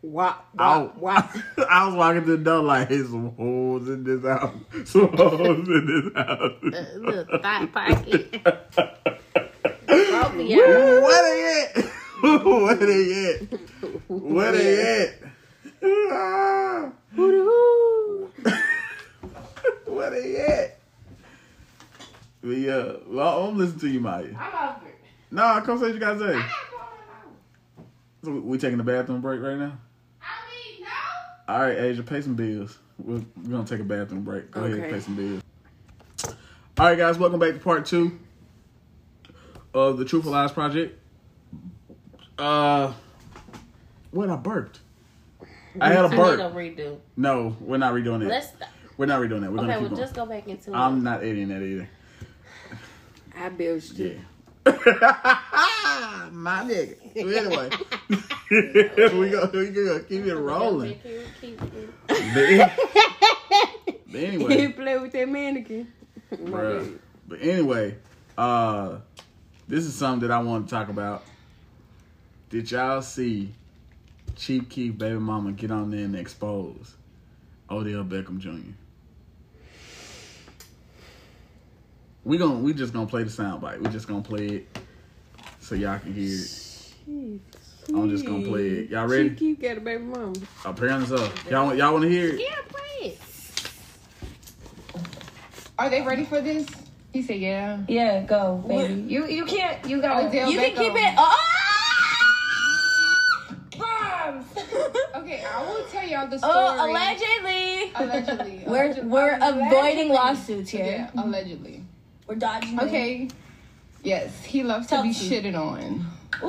S3: Wop,
S1: Out.
S3: wop, wop.
S1: [LAUGHS] I was walking to the door like, hey, some holes in this house. [LAUGHS] Some holes in this house.
S2: [LAUGHS] A little thought
S1: [LAUGHS]
S2: pocket. Both of y'all.
S1: Where they at? [LAUGHS] Where they at? Where they at? Ah,
S3: Woo-hoo.
S1: [LAUGHS] Where they at? But yeah, well, I'm listening to you, Maya.
S4: I'm over it.
S1: Nah, come say what you gotta say.
S4: I'm going
S1: So we taking a bathroom break right now?
S4: I mean, no.
S1: All right, Asia, pay some bills. We're, we're gonna take a bathroom break. Go ahead,
S3: Okay.
S1: pay some bills. All right, guys, welcome back to part two of the Truthful Lies Project. Uh, what I burped. I had a
S2: I need a
S1: burp.
S2: redo.
S1: No, we're not redoing
S2: Let's.
S1: that. We're not redoing that. We're
S2: Okay,
S1: gonna keep
S2: well,
S1: going.
S2: just go back into it.
S1: I'm not editing that either.
S3: I belched
S1: Yeah.
S3: it.
S1: [LAUGHS] My nigga. Anyway, [LAUGHS] we go. We go. Keep it rolling. but
S3: [LAUGHS] He
S1: anyway,
S3: didn't play with that mannequin. My
S1: bruh.
S3: bad.
S1: But anyway, uh, this is something that I want to talk about. Did y'all see Chief Keef baby mama get on there and expose Odell Beckham Jr. We gonna we just gonna play the soundbite. We just gonna play it so y'all can hear it.
S3: Jeez.
S1: I'm just gonna play it. Y'all ready?
S3: She keep got a baby mama.
S1: Apparently so. Y'all want- y'all want to hear it?
S2: Yeah, please.
S4: Are they ready for this? He said, yeah.
S5: Yeah, go, baby. You you can't. You gotta.
S4: Odell
S5: you can
S4: Beckham.
S5: keep it. Oh! Bombs.
S4: Okay, I will tell y'all the story.
S5: oh, allegedly. [LAUGHS]
S4: Allegedly.
S5: We're
S4: Allegedly.
S5: we're
S4: Allegedly.
S5: avoiding lawsuits here.
S4: Yeah, allegedly.
S5: We're dodging. them.
S4: Okay. Yes, he loves to
S5: Tell
S4: be
S5: me.
S4: shitted on.
S5: Ooh.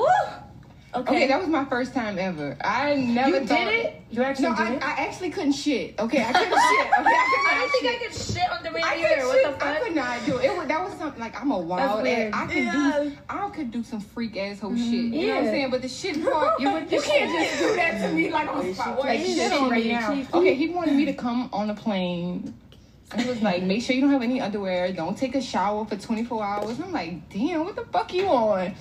S5: Okay.
S4: Okay, that was my first time ever. I never
S5: you did
S4: thought-
S5: it. You actually
S4: No,
S5: did
S4: I,
S5: it.
S4: I actually couldn't shit. Okay, I couldn't [LAUGHS] shit. Okay,
S5: [LAUGHS]
S4: I,
S5: I don't
S4: could
S5: think
S4: not
S5: I could shit on the radio
S4: I
S5: either.
S4: could
S5: What
S4: shit.
S5: the
S4: I
S5: fuck?
S4: could not do it. it. was- That was something like I'm a wild ass.
S5: weird.
S4: I could
S5: Yeah.
S4: do. I could do some freak asshole shit. You know what I'm
S5: Yeah.
S4: saying? But the shit part, you, Mm-hmm. [LAUGHS] you can't just do that to me like on the spot. Like
S5: crazy.
S4: shit on
S5: Right
S4: me
S5: now.
S4: Okay, he wanted me to come on a plane. And He was like, make sure you don't have any underwear. Don't take a shower for 24 hours. I'm like, damn, what the fuck you on?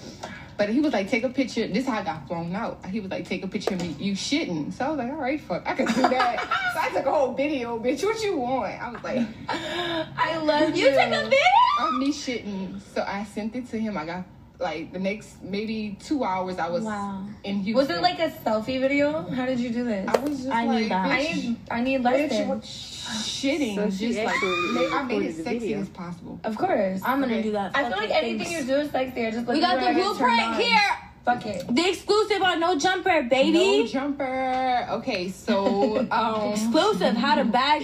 S4: But he was like, take a picture. This is how I got flown out. He was like, take a picture of me. You shitting. So I was like, all right, fuck, I can do [LAUGHS] that. so I took a whole video, bitch. What you want? I was like,
S5: [GASPS] I love you. You took a video.
S4: I'm me shitting. So I sent it to him. I got like the next maybe two hours. I was
S5: Wow.
S4: in Houston.
S5: Was it like a selfie video? How did you do this?
S4: I was just
S5: I
S4: like,
S5: need that. I
S4: bitch,
S5: need. I need
S4: bitch, what-
S5: lessons.
S4: shitting.
S3: So she
S4: just like
S3: actually
S4: ma- I made it
S3: recorded the
S4: sexy
S3: video.
S4: as possible.
S5: Of course.
S6: I'm gonna
S4: Okay.
S6: do that.
S5: I feel like anything you do is sexy. I just like
S6: We got the blueprint here.
S5: Fuck it.
S6: The exclusive on No Jumper,
S4: No
S6: baby.
S4: jumper.
S3: [LAUGHS]
S4: Okay, so um,
S6: exclusive. How to bag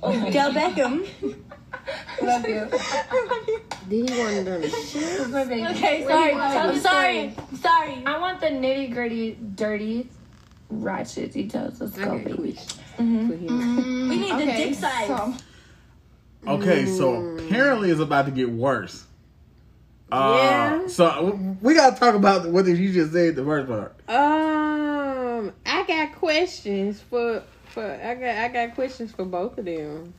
S6: Del Beckham.
S5: Love you.
S3: Did he want to shit?
S5: This is my baby.
S6: [LAUGHS] Okay, sorry. I'm sorry. I'm sorry.
S5: I want the nitty gritty, dirty, ratchet details. Let's go,
S3: Okay,
S5: baby.
S3: quick. Put him.
S6: We need the
S4: okay,
S6: dick size.
S4: so-
S1: Okay, so
S3: Hmm.
S1: apparently it's about to get worse. Uh,
S3: Yeah.
S1: So w- we gotta talk about what did you just said the first part.
S3: Um, I got questions for for I got I got questions for both of them.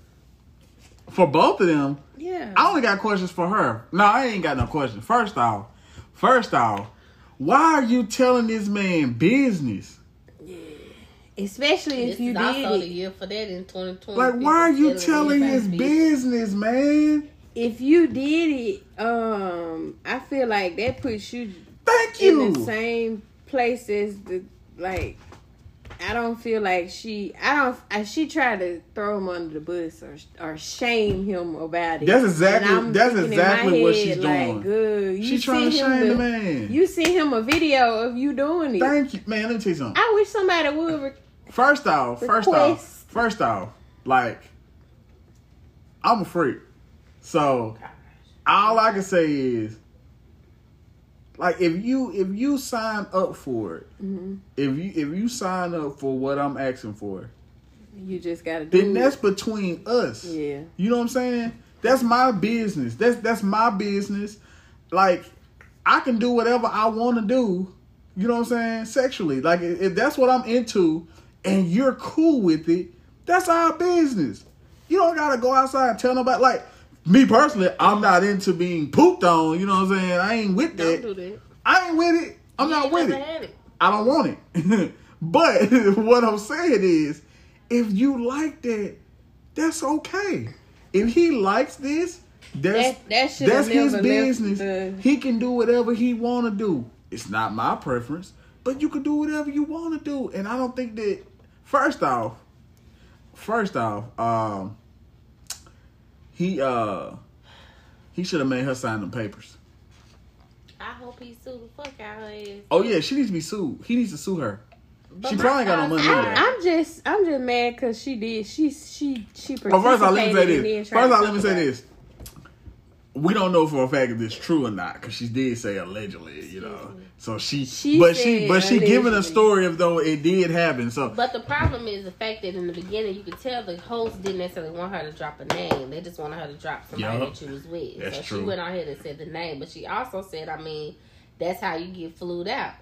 S1: For both of them,
S3: Yeah.
S1: I only got questions for her. No, I ain't got no questions. First off, first off, why are you telling this man business?
S3: Especially if
S2: This
S3: you
S2: is also the
S3: did it.
S2: year for that in 2020.
S1: Like, why are you telling his
S2: his
S1: business, man?
S3: If you did it, um, I feel like that puts you
S1: Thank
S3: in the
S1: you.
S3: same place as the like. I don't feel like she. I don't. I, she tried to throw him under the bus or or shame him about it.
S1: That's exactly-
S3: And I'm
S1: that's
S3: thinking in my
S1: exactly what
S3: head,
S1: she's
S3: like,
S1: doing.
S3: Good. You
S1: She trying to
S3: sent him
S1: shame the man.
S3: You sent him a video of you doing it.
S1: Thank you, man. Let me tell you something.
S3: I wish somebody would. Re-
S1: First off, first off,
S3: Request.
S1: first off, like I'm a freak, so all I can say is, like if you if you sign up for it,
S3: Mm-hmm.
S1: if you if you sign up for what I'm asking for,
S3: you just gotta do.
S1: then that's
S3: it.
S1: between us.
S3: Mm. Yeah.
S1: You know what I'm saying? That's my business. That's that's my business. Like I can do whatever I want to do. You know what I'm saying? Sexually, like if if that's what I'm into, and you're cool with it, that's our business. You don't gotta go outside and tell nobody. Like me personally, I'm not into being pooped on. You know what I'm saying? I ain't with that.
S2: Don't do that.
S1: I ain't with it. I'm
S2: You
S1: not
S2: ain't
S1: with
S2: never
S1: it.
S2: had it.
S1: I don't want it. [LAUGHS] But what I'm saying is, if you like that, that's okay. If he likes this, that's
S3: That- that should've
S1: that's his
S3: never left
S1: business.
S3: the-
S1: He can do whatever he want to do. It's not my preference, but you can do whatever you want to do. And I don't think that. First off, first off, um, he uh he should have made her sign them papers.
S2: I hope he sued the fuck out of her ass.
S1: Oh yeah, she needs to be sued. He needs to sue her.
S2: But
S1: she
S2: my
S1: probably ain't got no money.
S2: thoughts-
S1: anyway.
S3: I'm just, I'm just mad because she did. She, she, she.
S1: But Oh, first of all, let me say
S3: participated and
S1: this.
S3: then tried
S1: First of all,
S3: to
S1: let me
S3: talk
S1: say
S3: about it.
S1: this. We don't know for a fact if it's true or not because she did say allegedly, you know. So she,
S3: She
S1: but she,
S3: said
S1: but she giving a
S3: allegedly.
S1: story of though it did happen. So
S2: But the problem is the fact that in the beginning you could tell the host didn't necessarily want her to drop a name. They just wanted her to drop somebody
S1: Yup.
S2: that she was with.
S1: That's
S2: so she
S1: true.
S2: went out here and said the name, but she also said, I mean, that's how you get flued out.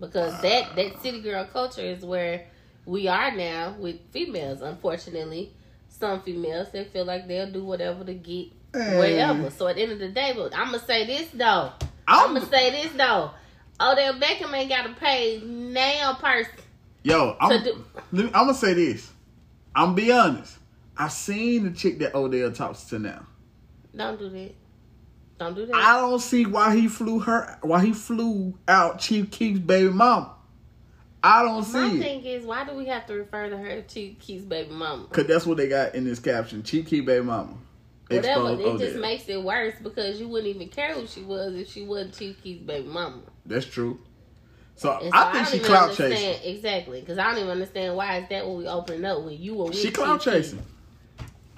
S2: Because
S1: Uh.
S2: that that city girl culture is where we are now with females, unfortunately. Some females they feel like they'll do whatever to get wherever. So at the end of the day, but I'ma say this though.
S1: I'm,
S2: I'ma say this though. Odell Beckham ain't gotta pay nail person.
S1: yo, I'm,
S2: to do-
S1: let me, I'm gonna say this. I'm be honest. I've seen the chick that Odell talks to now.
S2: Don't do that. Don't do that.
S1: I don't see why he flew her. Why he flew out Chief Keef's baby mama. I don't see
S2: My
S1: it.
S2: thing is, why do we have to refer to her to Keith's baby mama?
S1: Cause that's what they got in this caption. Chief Keef baby mama.
S2: Whatever,
S1: Exposed Oh,
S2: it just
S1: Odell.
S2: makes it worse because you wouldn't even care who she was if she wasn't Chief Keith's baby mama.
S1: That's true. So
S2: And so
S1: I think
S2: don't
S1: she
S2: even
S1: clout
S2: understand-
S1: chasing.
S2: Exactly, because I don't even understand why is that what we opening up when you were with
S1: She clout
S2: Chief Keef.
S1: chasing.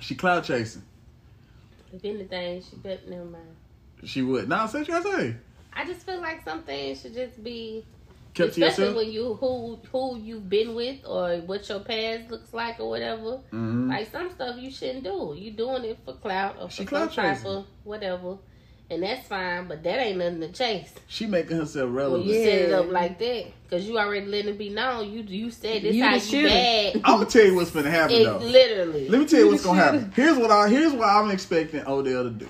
S1: She clout chasing.
S2: If anything, she better never mind.
S1: She would. Nah, say what you gotta say.
S2: I just feel like some things should just be,
S1: Kept to yourself.
S2: especially when you who who you've been with or what your past looks like or whatever.
S1: Mhm.
S2: Like some stuff you shouldn't do. You doing it for clout or
S1: She
S2: for
S1: clout
S2: some type
S1: chasing.
S2: of whatever, and that's fine. But that ain't nothing to chase
S1: She making herself
S2: when
S1: relevant.
S2: you set it
S3: Yeah.
S2: up like that because you already letting it be known. You you said this
S3: You
S2: how
S3: the
S2: you
S1: [LAUGHS]
S3: shooter.
S2: bad.
S1: I'm gonna tell you what's gonna happen
S2: It
S1: though.
S2: literally.
S1: Let me tell you
S3: You
S1: what's
S3: the
S1: gonna
S3: shooter.
S2: [LAUGHS]
S1: happen. Here's what I here's what I'm expecting Odell to do.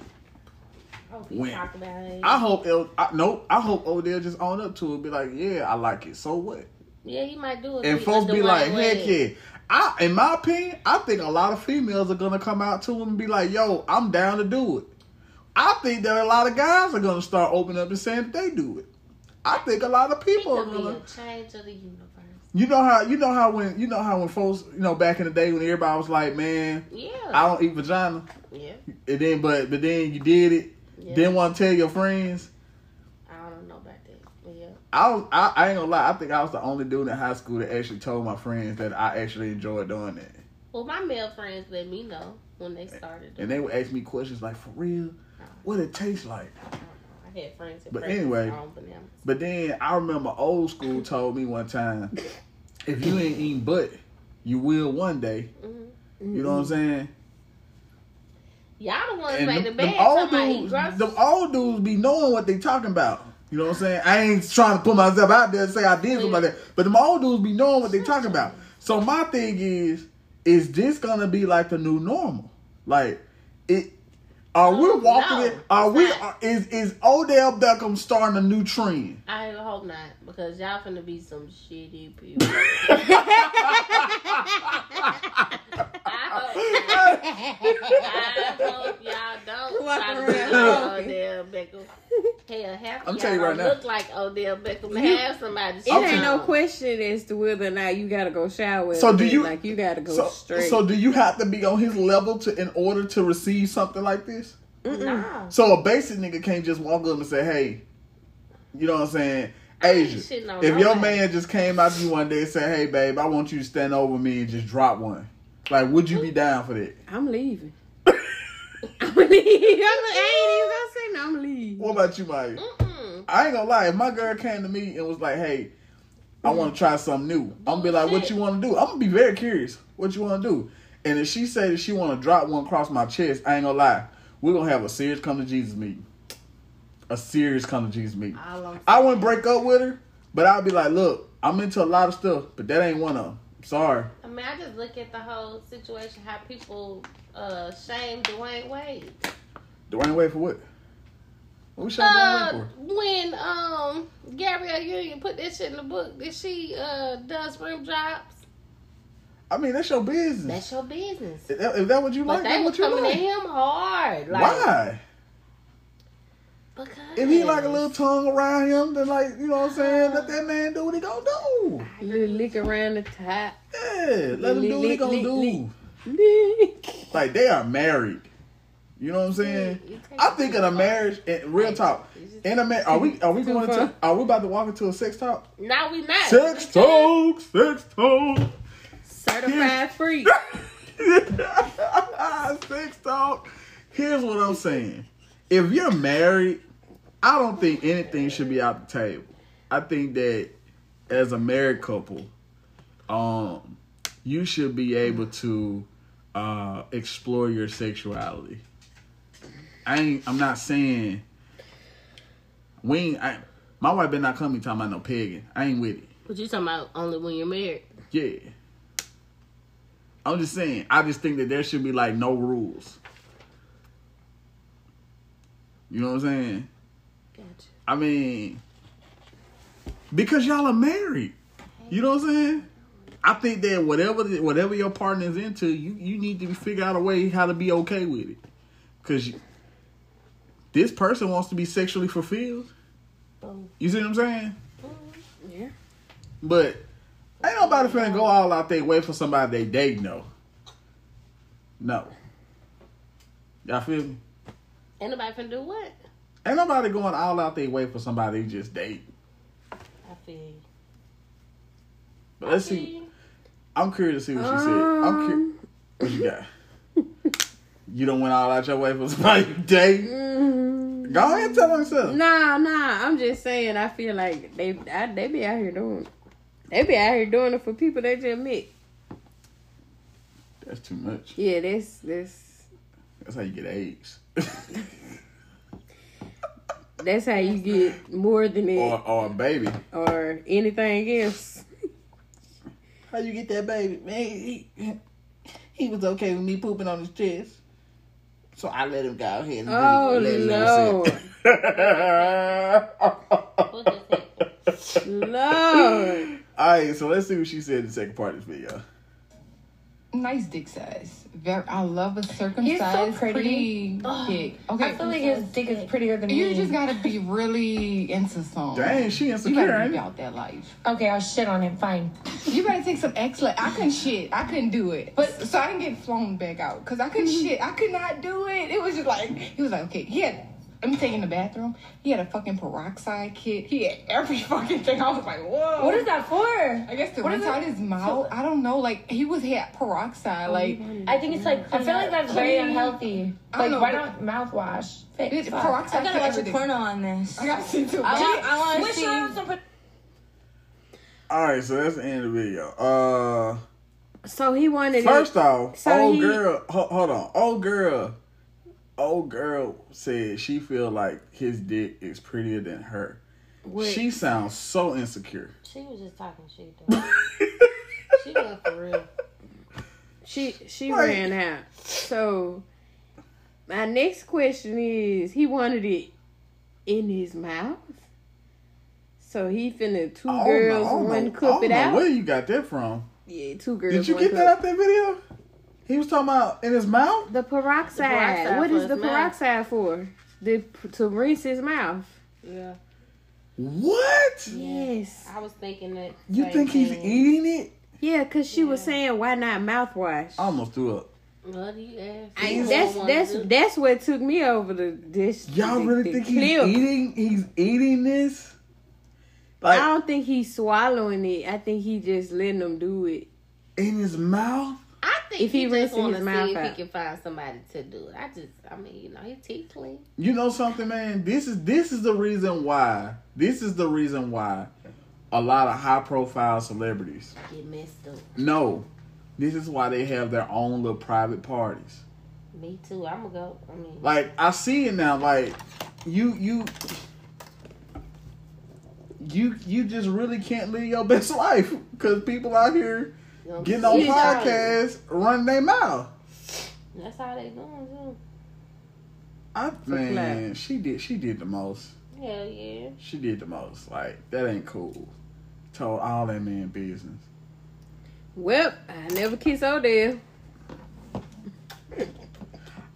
S2: I hope you
S1: When-
S2: talk Oh, about it.
S1: I hope El, I, nope. I hope Odell just own up to it. Be like, yeah, I like it. So what?
S2: yeah, he might [LAUGHS] do it.
S1: And
S2: but
S1: folks be
S2: Dwayne
S1: like,
S2: Wade-
S1: heck yeah. I, in my opinion, I think a lot of females are gonna come out to him and be like, yo, I'm down to do it. I think that a lot of guys are gonna start opening up and saying that they do it. I think a lot of
S2: He
S1: people are
S2: could be
S1: gonna
S2: a change of the universe.
S1: You know how you know how when you know how when folks you know back in the day when everybody was like, Man,
S2: Yeah.
S1: I don't eat vagina
S2: yeah.
S1: and then but but then you did it,
S2: Yeah.
S1: didn't want to tell your friends.
S2: I don't know about that. But yeah.
S1: I, was, I I ain't gonna lie, I think I was the only dude in high school that actually told my friends that I actually enjoyed doing it.
S2: Well, my male friends let me know when they started.
S1: and they would ask me questions like, "For real, what it tastes like?"
S2: I had friends that
S1: But
S2: practiced
S1: anyway.
S2: their own bananas.
S1: But then I remember old school told me one time, "If you ain't eating butt, you will one day."
S2: Mhm.
S1: You know what I'm saying?
S2: Y'all the ones
S1: And
S2: made the
S1: them,
S2: bed.
S1: them old
S2: Somebody eat
S1: dudes,
S2: groceries.
S1: them old dudes be knowing what they talking about. You know what I'm saying? I ain't trying to put myself out there and say I did something like that, but them old dudes be knowing what they talking about. So my thing is, is this gonna be like the new normal? Like it? Are we
S2: No,
S1: walking?
S2: Oh, no,
S1: it? Are we?
S2: it's not.
S1: Are, is is Odell Beckham starting a new trend?
S2: [LAUGHS]
S1: [LAUGHS]
S2: I hope not because y'all finna be some shitty [LAUGHS] people. I hope, I hope y'all don't
S3: Walk
S2: try to
S3: around
S2: be like
S3: talking.
S2: Odell Beckham. Hell, half
S1: I'm
S2: of y'all
S1: telling you right
S2: don't
S1: now.
S2: look like Odell Beckham.
S3: You-
S2: Have somebody.
S3: It ain't no question as to whether or not you gotta go shower.
S1: So do you-
S3: like you gotta go
S1: So,
S3: straight?
S1: so do you have to be on his level to in order to receive something like this?
S2: Nah.
S1: So a basic nigga can't just walk up and say, "Hey," you know what I'm saying?
S2: I ain't
S1: Asia,
S2: shitting on
S1: if your
S2: nobody.
S1: man just came out to you one day and said, "Hey, babe, I want you to stand over me and just drop one," like, would you be down for that?
S3: I'm
S1: [LAUGHS]
S3: leaving. I'm leaving. [LAUGHS] I ain't even gonna say no. I'm leaving.
S1: What about you,
S2: Mm.
S1: Maya?
S2: Mm-mm.
S1: I ain't gonna lie. If my girl came to me and was like, "Hey," I want to try something new. I'm gonna be like, "What you want to do?" I'm gonna be very curious. What you want to do? And if she say that she want to drop one across my chest, I ain't gonna lie. We're gonna have a serious come to Jesus meeting. A serious come to Jesus meeting.
S2: All I'm
S1: I wouldn't break up with her, but I'd be like, "Look, I'm into a lot of stuff, but that ain't one of them. Sorry."
S2: I mean, I just look at the whole situation how people uh, shame Dwayne Wade.
S1: Dwayne Wade for what? What we shot down
S2: Uh,
S1: for?
S2: when um Gabrielle Union put that shit in the book, that she uh does rim jobs.
S1: I mean, that's your business.
S2: That's your business.
S1: if that, if that what you
S2: But
S1: like,
S2: they
S1: that's
S2: were
S1: what you
S2: coming at
S1: like.
S2: him hard. Like,
S1: Why?
S2: Because
S1: If he like a little tongue around him, then like you know what I'm saying, let that man do what he gonna do.
S3: Little lick around the top. [LAUGHS]
S1: Yeah, let him do what he gonna do.
S3: Lick.
S1: Like they are married. You know what I'm saying?
S2: You take
S1: I
S2: it
S1: think
S2: too
S1: in a
S2: far.
S1: marriage, in real talk, in a marriage, are we are we
S3: Too
S1: going
S3: far.
S1: to are we about to walk into a sex talk?
S2: No, we not.
S1: Sex talk, sex talk. [LAUGHS]
S3: Certified freak.
S1: Sex talk. Here's what I'm saying. If you're married, I don't think anything should be out the table. I think that as a married couple, um, you should be able to uh explore your sexuality. I ain't I'm not saying we ain't, I, my wife better not come me talking about no pegging. I ain't with it.
S2: But you talking about only when you're married.
S1: Yeah. I'm just saying. I just think that there should be like no rules. You know what I'm saying?
S2: Gotcha.
S1: I mean, because y'all are married. You know what I'm saying? I think that whatever whatever your partner is into, you you need to figure out a way how to be okay with it, because this person wants to be sexually fulfilled. You see what I'm saying?
S3: Yeah.
S1: But ain't nobody finna go all out there wait for somebody they date no. No. Y'all feel me?
S2: Ain't nobody finna do what?
S1: Ain't nobody going all out there wait for somebody they just date.
S2: I feel you.
S1: But let's see. I'm curious to see what she said. I'm curious. What you got? you don't went all out your way for somebody you date.
S3: Mm-hmm.
S1: Go ahead and tell herself.
S3: Nah, nah. I'm just saying. I feel like they I, they be out here doing. it. They be out here doing it for people they just met.
S1: That's too much.
S3: Yeah, that's that's
S1: That's how you get AIDS.
S3: that's how you get more than it
S1: [LAUGHS] or, or a baby.
S3: or anything else.
S1: How you get that baby? Man, he, he was okay with me pooping on his chest. So I let him go out here and
S3: Oh,
S1: breathe and let
S2: What
S1: him
S2: the heck?
S1: loose it. [LAUGHS]
S3: [LAUGHS] Lord,
S1: Alright, so let's see what she said in the second part of this video.
S4: Nice dick size. Very, I love a circumcised,
S5: pretty.
S4: pretty, dick. Okay,
S5: I feel like his dick is prettier than
S4: you
S5: me.
S4: just gotta be really into some.
S1: Dang, she
S4: You
S1: insecure,
S4: gotta
S1: ain't
S4: be
S1: it?
S4: out that life.
S5: okay, I'll shit on him. Fine.
S4: You gotta take some X. Like I couldn't shit. I couldn't do it. But so I didn't get flown back out because I couldn't shit. I could not do it. It was just like he was like, okay, he had. Let me take you in the bathroom. He had a fucking peroxide kit. He had every [LAUGHS] fucking thing. I was like, whoa.
S5: What is that for?
S4: I guess to
S5: what
S4: rinse
S5: is
S4: out his mouth. I don't know. Like he was he had peroxide. Like
S5: I think it's like. I feel like that's very unhealthy.
S4: I
S5: Like,
S4: don't know,
S5: why
S4: but-
S5: don't mouthwash? Fit,
S4: It's
S5: fuck.
S4: peroxide
S6: I gotta
S4: for
S6: watch a
S4: everything.
S6: porno on this.
S4: I gotta see too.
S6: I want, I want to
S5: Wish
S6: see.
S5: I was some-
S1: Alright, so that's the end of the video. Uh
S3: so he wanted
S1: First off,
S3: So
S1: old
S3: he-
S1: girl, ho- hold on, old girl, old girl said she feel like his dick is prettier than her. She sounds so insecure.
S2: She was just talking shit
S1: [LAUGHS]
S2: though. she was for real.
S3: it. She she
S1: Right.
S3: ran out. So my next question is, he wanted it in his mouth. So he finna two
S1: I don't
S3: girls
S1: know- I don't
S3: one
S1: know-
S3: cup
S1: I
S3: it
S1: don't know
S3: out.
S1: oh, Where you got that from?
S3: Yeah, two girls.
S1: Did you
S3: one
S1: get
S3: cup.
S1: that out that video? He was talking about in his mouth.
S3: The peroxide.
S2: The peroxide
S3: what
S2: for
S3: is
S2: his
S3: the
S2: mouth.
S3: peroxide for? The to rinse his mouth.
S2: Yeah.
S1: What?
S3: Yes.
S2: I was thinking that.
S1: You
S2: same
S1: think he's
S2: thing.
S1: eating it?
S3: Yeah, cause she was saying why not mouthwash.
S1: I almost threw up.
S2: What do you ask?
S3: I-
S2: You
S3: that's
S2: don't wanna
S3: that's
S2: do-
S3: that's what took me over the this.
S1: Y'all
S3: the-
S1: really
S3: the
S1: think he's
S3: clip.
S1: eating? He's eating this?
S3: I
S1: Like
S3: don't think he's swallowing it. I think he just letting them do it.
S1: in his mouth?
S2: I think
S3: if he
S2: he, just
S3: rinsing
S2: want
S3: his
S2: to
S3: mouth
S2: see if
S3: out.
S2: he can find somebody to do it. I just, I mean, you know, his teeth clean.
S1: You know something, man? This is this is the reason why. This is the reason why a lot of high profile celebrities.
S2: Get messed up.
S1: No. This is why they have their own little private parties.
S2: Me too. I'm gonna go. I mean,
S1: Like I see it now, like you you you you just really can't live your [LAUGHS] best life because people out here
S2: you know,
S1: getting on
S2: you know,
S1: podcasts running their mouth.
S2: That's how they going too.
S1: I man,
S3: Clap.
S1: she did. She did the most.
S2: Hell [LAUGHS] yeah.
S1: She did the most. Like that ain't cool. Told all that man business.
S3: Well, I never kiss Odell.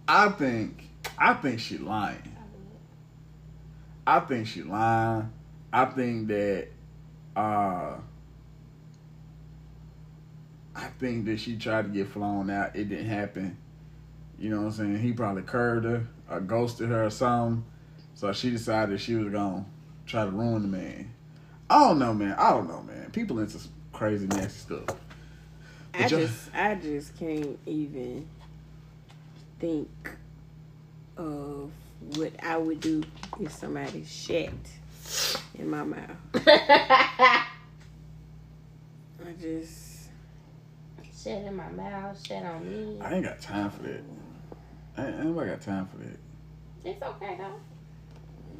S1: I think. I think she lying. I think she lying. I think that. uh I think that she tried to get flown out. It didn't happen. You know what I'm saying? He probably curved her or ghosted her or something. So she decided she was gonna try to ruin the man. I don't know, man. I don't know, man. People into some crazy nasty stuff.
S3: I
S1: But y'all-
S3: just, I just can't even think of what I would do if somebody shat in my mouth. I just,
S2: Shit in my mouth, shit on me.
S1: I ain't got time for that. I ain't nobody got time for that.
S2: It's okay though.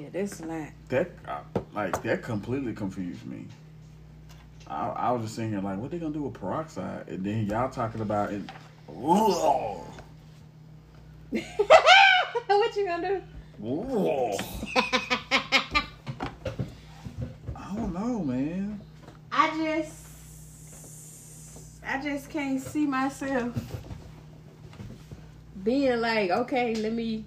S3: yeah, that's a lot.
S1: That uh, like that completely confused me. I, I was just sitting here like, what they gonna do with peroxide? And then y'all talking about it. Whoa,
S3: [LAUGHS] what you gonna do?
S1: whoa. I don't know, man.
S3: I just, I just can't see myself being like, okay, let me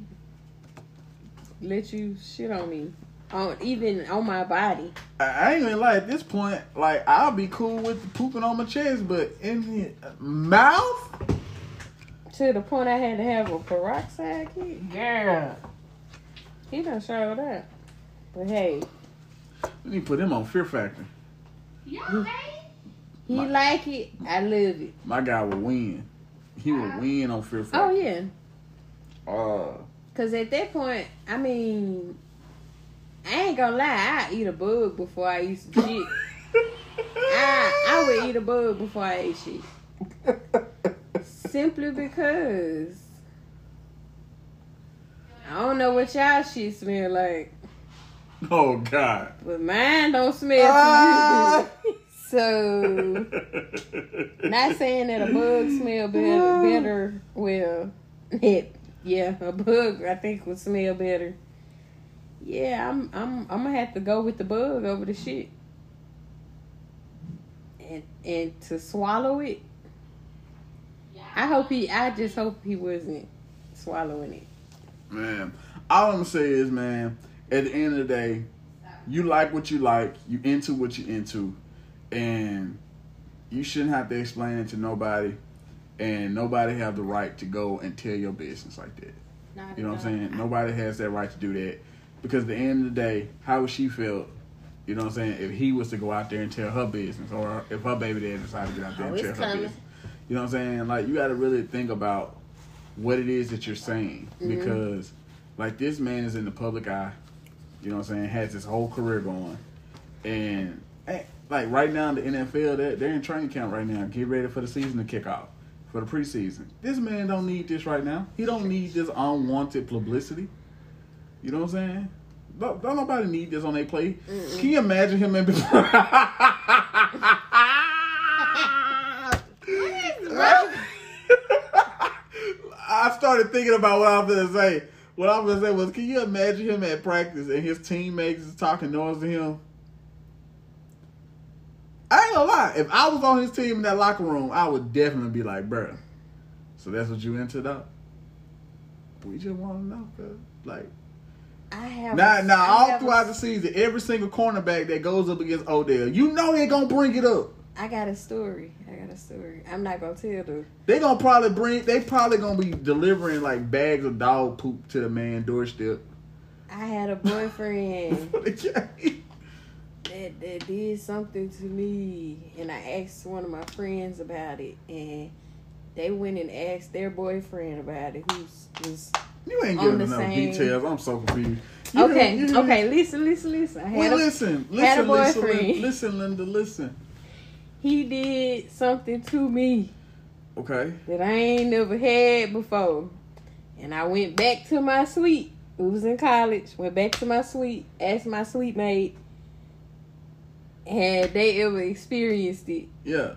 S3: let you shit on me, on even on my body.
S1: I, I ain't gonna lie. At this point, like I'll be cool with pooping on my chest, but in the mouth,
S3: To the point I had to have a peroxide kit.
S1: yeah.
S3: He done showed up. But hey,
S1: We need to put him on Fear Factor.
S3: he
S1: My-
S3: like it. I love it.
S1: My guy would win. He would win on Fear Factor.
S3: Oh yeah.
S1: Uh,
S3: Cause at that point, I mean, I ain't gonna lie, I eat a bug before I eat some shit. [LAUGHS] Ah, I I would eat a bug before I eat shit. Simply because I don't know what y'all shit smell like,
S1: oh God.
S3: but mine don't smell
S1: Ah.
S3: too good.
S1: [LAUGHS]
S3: So not saying that a bug
S1: [LAUGHS]
S3: smell better better well it, yeah a bug i think would smell better yeah i'm i'm i'm gonna have to go with the bug over the shit and and to swallow it i hope he i just hope he wasn't swallowing it
S1: Man, all I'm gonna say is, man, at the end of the day, you like what you like, you into what you into, and you shouldn't have to explain it to nobody, and nobody have the right to go and tell your business like that.
S2: Not
S1: You know what I'm saying? Nobody has that right to do that because at the end of the day, how would she feel? You know what I'm saying? If he was to go out there and tell her business, or if her baby dad decided to get out there
S2: Oh,
S1: and
S2: it's
S1: tell her
S2: coming.
S1: business, you know what I'm saying? Like you got to really think about what it is that you're saying because, like, this man is in the public eye. You know what I'm saying? Has his whole career going, and eh, like right now in the NFL, they're, they're in training camp right now. Get ready for the season to kick off for the preseason. This man don't need this right now. He don't need this unwanted publicity. You know what I'm saying? Don't, don't nobody need this on their plate. Can you imagine him in? [LAUGHS] I started thinking about what I was gonna say. What I was gonna say was, can you imagine him at practice and his teammates is talking noise to him? I ain't gonna lie. If I was on his team in that locker room, I would definitely be like, bruh. So that's what you into, though. We just want to know, bruh. Like,
S3: i have
S1: now, now,
S3: I
S1: all
S3: have a-
S1: throughout the season, every single cornerback that goes up against Odell, you know they're gonna bring it up.
S3: i got a story i got a story i'm not gonna tell the
S1: They gonna probably bring. They probably gonna be delivering like bags of dog poop to the man doorstep.
S3: i had a boyfriend
S1: For [LAUGHS] the game.
S3: that that did something to me and I asked one of my friends about it and they went and asked their boyfriend about it who's was
S1: You ain't
S3: On
S1: giving
S3: the
S1: enough
S3: same-
S1: details. I'm so confused. You
S3: [LAUGHS] Okay, [LAUGHS]
S1: didn't- you didn't-
S3: okay, listen, listen, listen. I
S1: Well,
S3: had a,
S1: listen,
S3: had a
S1: listen, listen,
S3: boyfriend.
S1: Lin- listen, Linda, listen.
S3: he did something to me
S1: Okay,
S3: that I ain't never had before. And I went back to my suite. We was in college. Went back to my suite, asked my suite mate had they ever experienced it.
S1: yeah.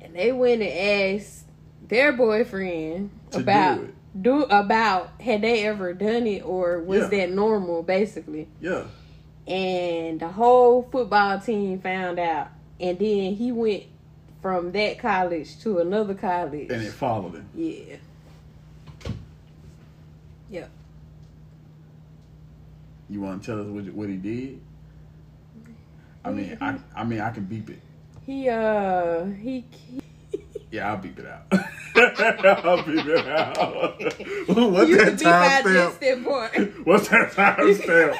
S3: and they went and asked their boyfriend
S1: To
S3: about
S1: do it.
S3: do about had they ever done it or was
S1: Yeah.
S3: that normal basically
S1: Yeah.
S3: and the whole football team found out and then he went from that college to another college
S1: And it followed him.
S3: yeah yep
S1: You want to tell us what, what he did? I mean, I, I mean, I can beep it.
S3: he uh he
S1: [LAUGHS] Yeah, I'll beep it out. [LAUGHS] I'll beep it out. [LAUGHS] What's
S3: you
S1: that
S3: could be by
S1: time
S3: just
S1: stamp?
S3: that
S1: [LAUGHS]
S3: part
S1: What's that time stamp?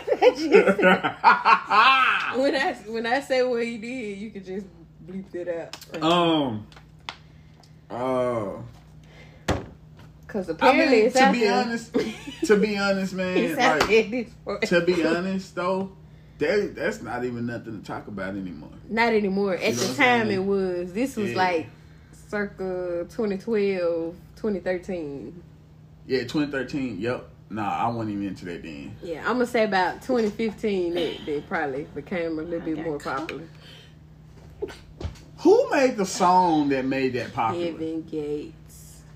S3: [LAUGHS] when i when i say what he did you could just bleep it
S1: [LAUGHS]
S3: out
S1: um. Oh.
S3: because
S1: I
S3: apparently
S1: mean,
S3: it's
S1: to
S3: out
S1: be
S3: there.
S1: honest, to be honest,
S3: [LAUGHS]
S1: man,
S3: it's out
S1: like,
S3: there at this part.
S1: to
S3: [LAUGHS]
S1: be honest though, that that's not even nothing to talk about anymore.
S3: Not anymore. At
S1: know
S3: the
S1: what I'm
S3: time,
S1: saying?
S3: it was. This was
S1: Yeah.
S3: like circa 2012, 2013.
S1: Yeah, 2013. Yep. Nah, I wasn't even into that then.
S3: Yeah, I'm gonna say about 2015. It, it probably became a little bit more popular.
S1: Who made the song that made that popular? Kevin,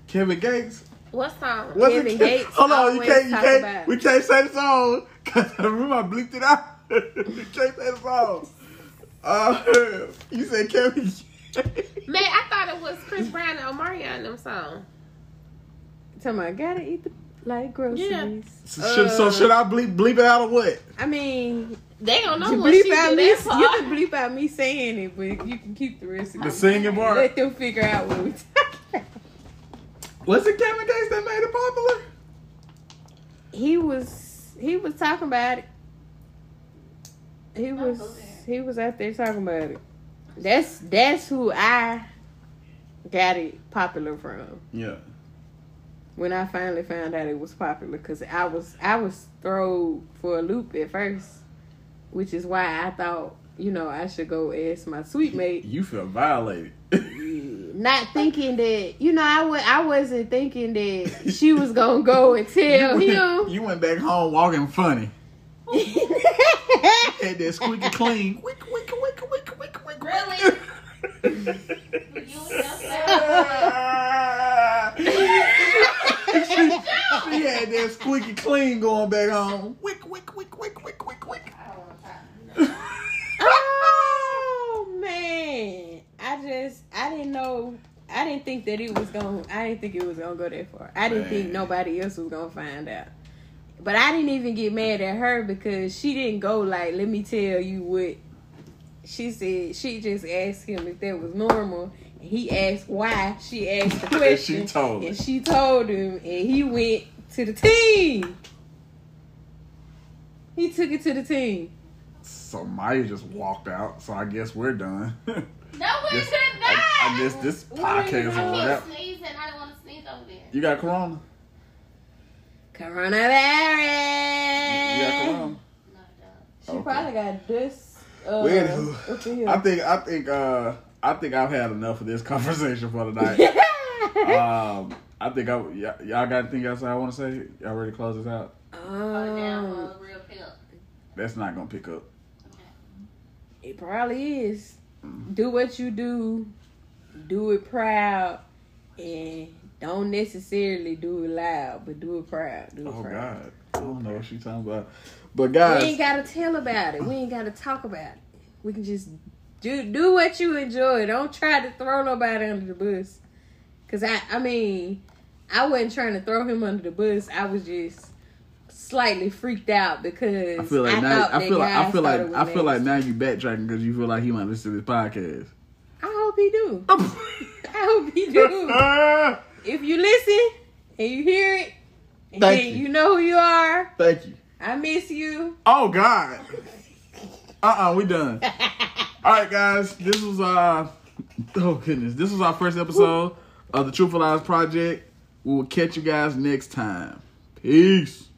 S3: Kevin Gates.
S1: Gates.
S2: What song?
S1: Was
S3: Kevin Gates
S1: Hold on, you
S3: always
S1: can't, you
S3: talk
S1: can't,
S3: about-
S1: we can't say the song. Cause [LAUGHS] I remember I bleeped it out. [LAUGHS] you can't say the song. Uh, [LAUGHS] you said Kevin. Gates. [LAUGHS]
S2: Man, I thought it was Chris Brown and Omarion and them song.
S3: Talking about gotta eat the like groceries.
S1: So, should,
S3: Uh.
S1: so should I bleep bleep it out or what?
S3: I mean,
S2: They don't know
S3: you
S2: what she
S3: bleep out
S2: do
S3: me. You
S2: that part.
S3: can bleep out me saying it, but you can keep the rest of
S1: The
S3: it.
S1: singing part.
S3: Let them figure out what we [LAUGHS] talking about.
S1: Was it Kevin Gates that made it popular?
S3: he was he was talking about it. He was he was out there talking about it. That's that's who I got it popular from
S1: Yeah.
S3: when I finally found out it was popular because I was I was thrown for a loop at first, which is why I thought you know I should go ask my sweet mate.
S1: You feel violated.
S3: Not thinking that you know I w- I wasn't thinking that she was gonna go and tell him.
S1: [LAUGHS] you went back home walking funny.
S3: [LAUGHS]
S1: Had that squeaky clean. Wick, wick, wick, wick, wick, wick. Really? she, she had that squeaky clean going back home. Wick, wick, wick, wick, wick, wick, wick. [LAUGHS]
S3: Oh man, I just I didn't know. I didn't think that it was going. to I didn't think it was gonna go that far. I didn't think
S1: Man.
S3: nobody else was gonna find out. But I didn't even get mad at her because she didn't go like, "Let me tell you what." She said she just asked him if that was normal. And he asked why. She asked
S1: [LAUGHS]
S3: the
S1: And
S3: question.
S1: she told
S3: And
S1: it.
S3: she told him, and he went to the team. He took it to the team.
S1: So Maya just walked out. So I guess we're done. [LAUGHS]
S7: No, we
S1: Yes,
S7: could not.
S1: I, I guess this podcast is
S7: I
S1: a wrap.
S7: can't sneeze and I don't want to sneeze over there.
S1: You got corona? You got
S3: Coronavirus.
S1: corona?
S7: No, dog.
S3: She
S1: Okay.
S3: probably got this. Uh, [LAUGHS]
S1: Well, [SIGHS]
S3: up in here.
S1: I think I think uh I think I've had enough of this [LAUGHS] conversation for tonight.
S3: [LAUGHS]
S1: um, I think I y'all, y'all got anything else I want to say? Y'all ready to close this out?
S7: Oh, damn,
S3: um,
S7: uh, real pill.
S1: That's not gonna pick up.
S3: it probably is.
S1: Mm.
S3: Do what you do. Do it proud, and don't necessarily do it loud, but do it proud. Do it
S1: Oh
S3: proud.
S1: God, I don't know what she's talking about. But
S3: We
S1: guys,
S3: ain't gotta tell about it. We ain't gotta talk about it. We can just do do what you enjoy. Don't try to throw nobody under the bus. Cause I I mean, I wasn't trying to throw him under the bus. I was just slightly freaked out because
S1: I feel like now
S3: thought
S1: I
S3: that
S1: feel like I
S3: guys
S1: feel
S3: thought it
S1: like
S3: was
S1: I feel like now
S3: nasty.
S1: you backtracking because you feel like he might listen to this podcast.
S3: I hope he do.
S1: [LAUGHS]
S3: I hope he do. if you listen and you hear it, and
S1: Thank
S3: then
S1: you.
S3: you know who you are.
S1: [LAUGHS] Thank you.
S3: I miss you.
S1: Oh God. Uh uh we done. All right, guys. This was uh oh goodness. This was our first episode of the Truthful Lies Project. We will catch you guys next time. Peace.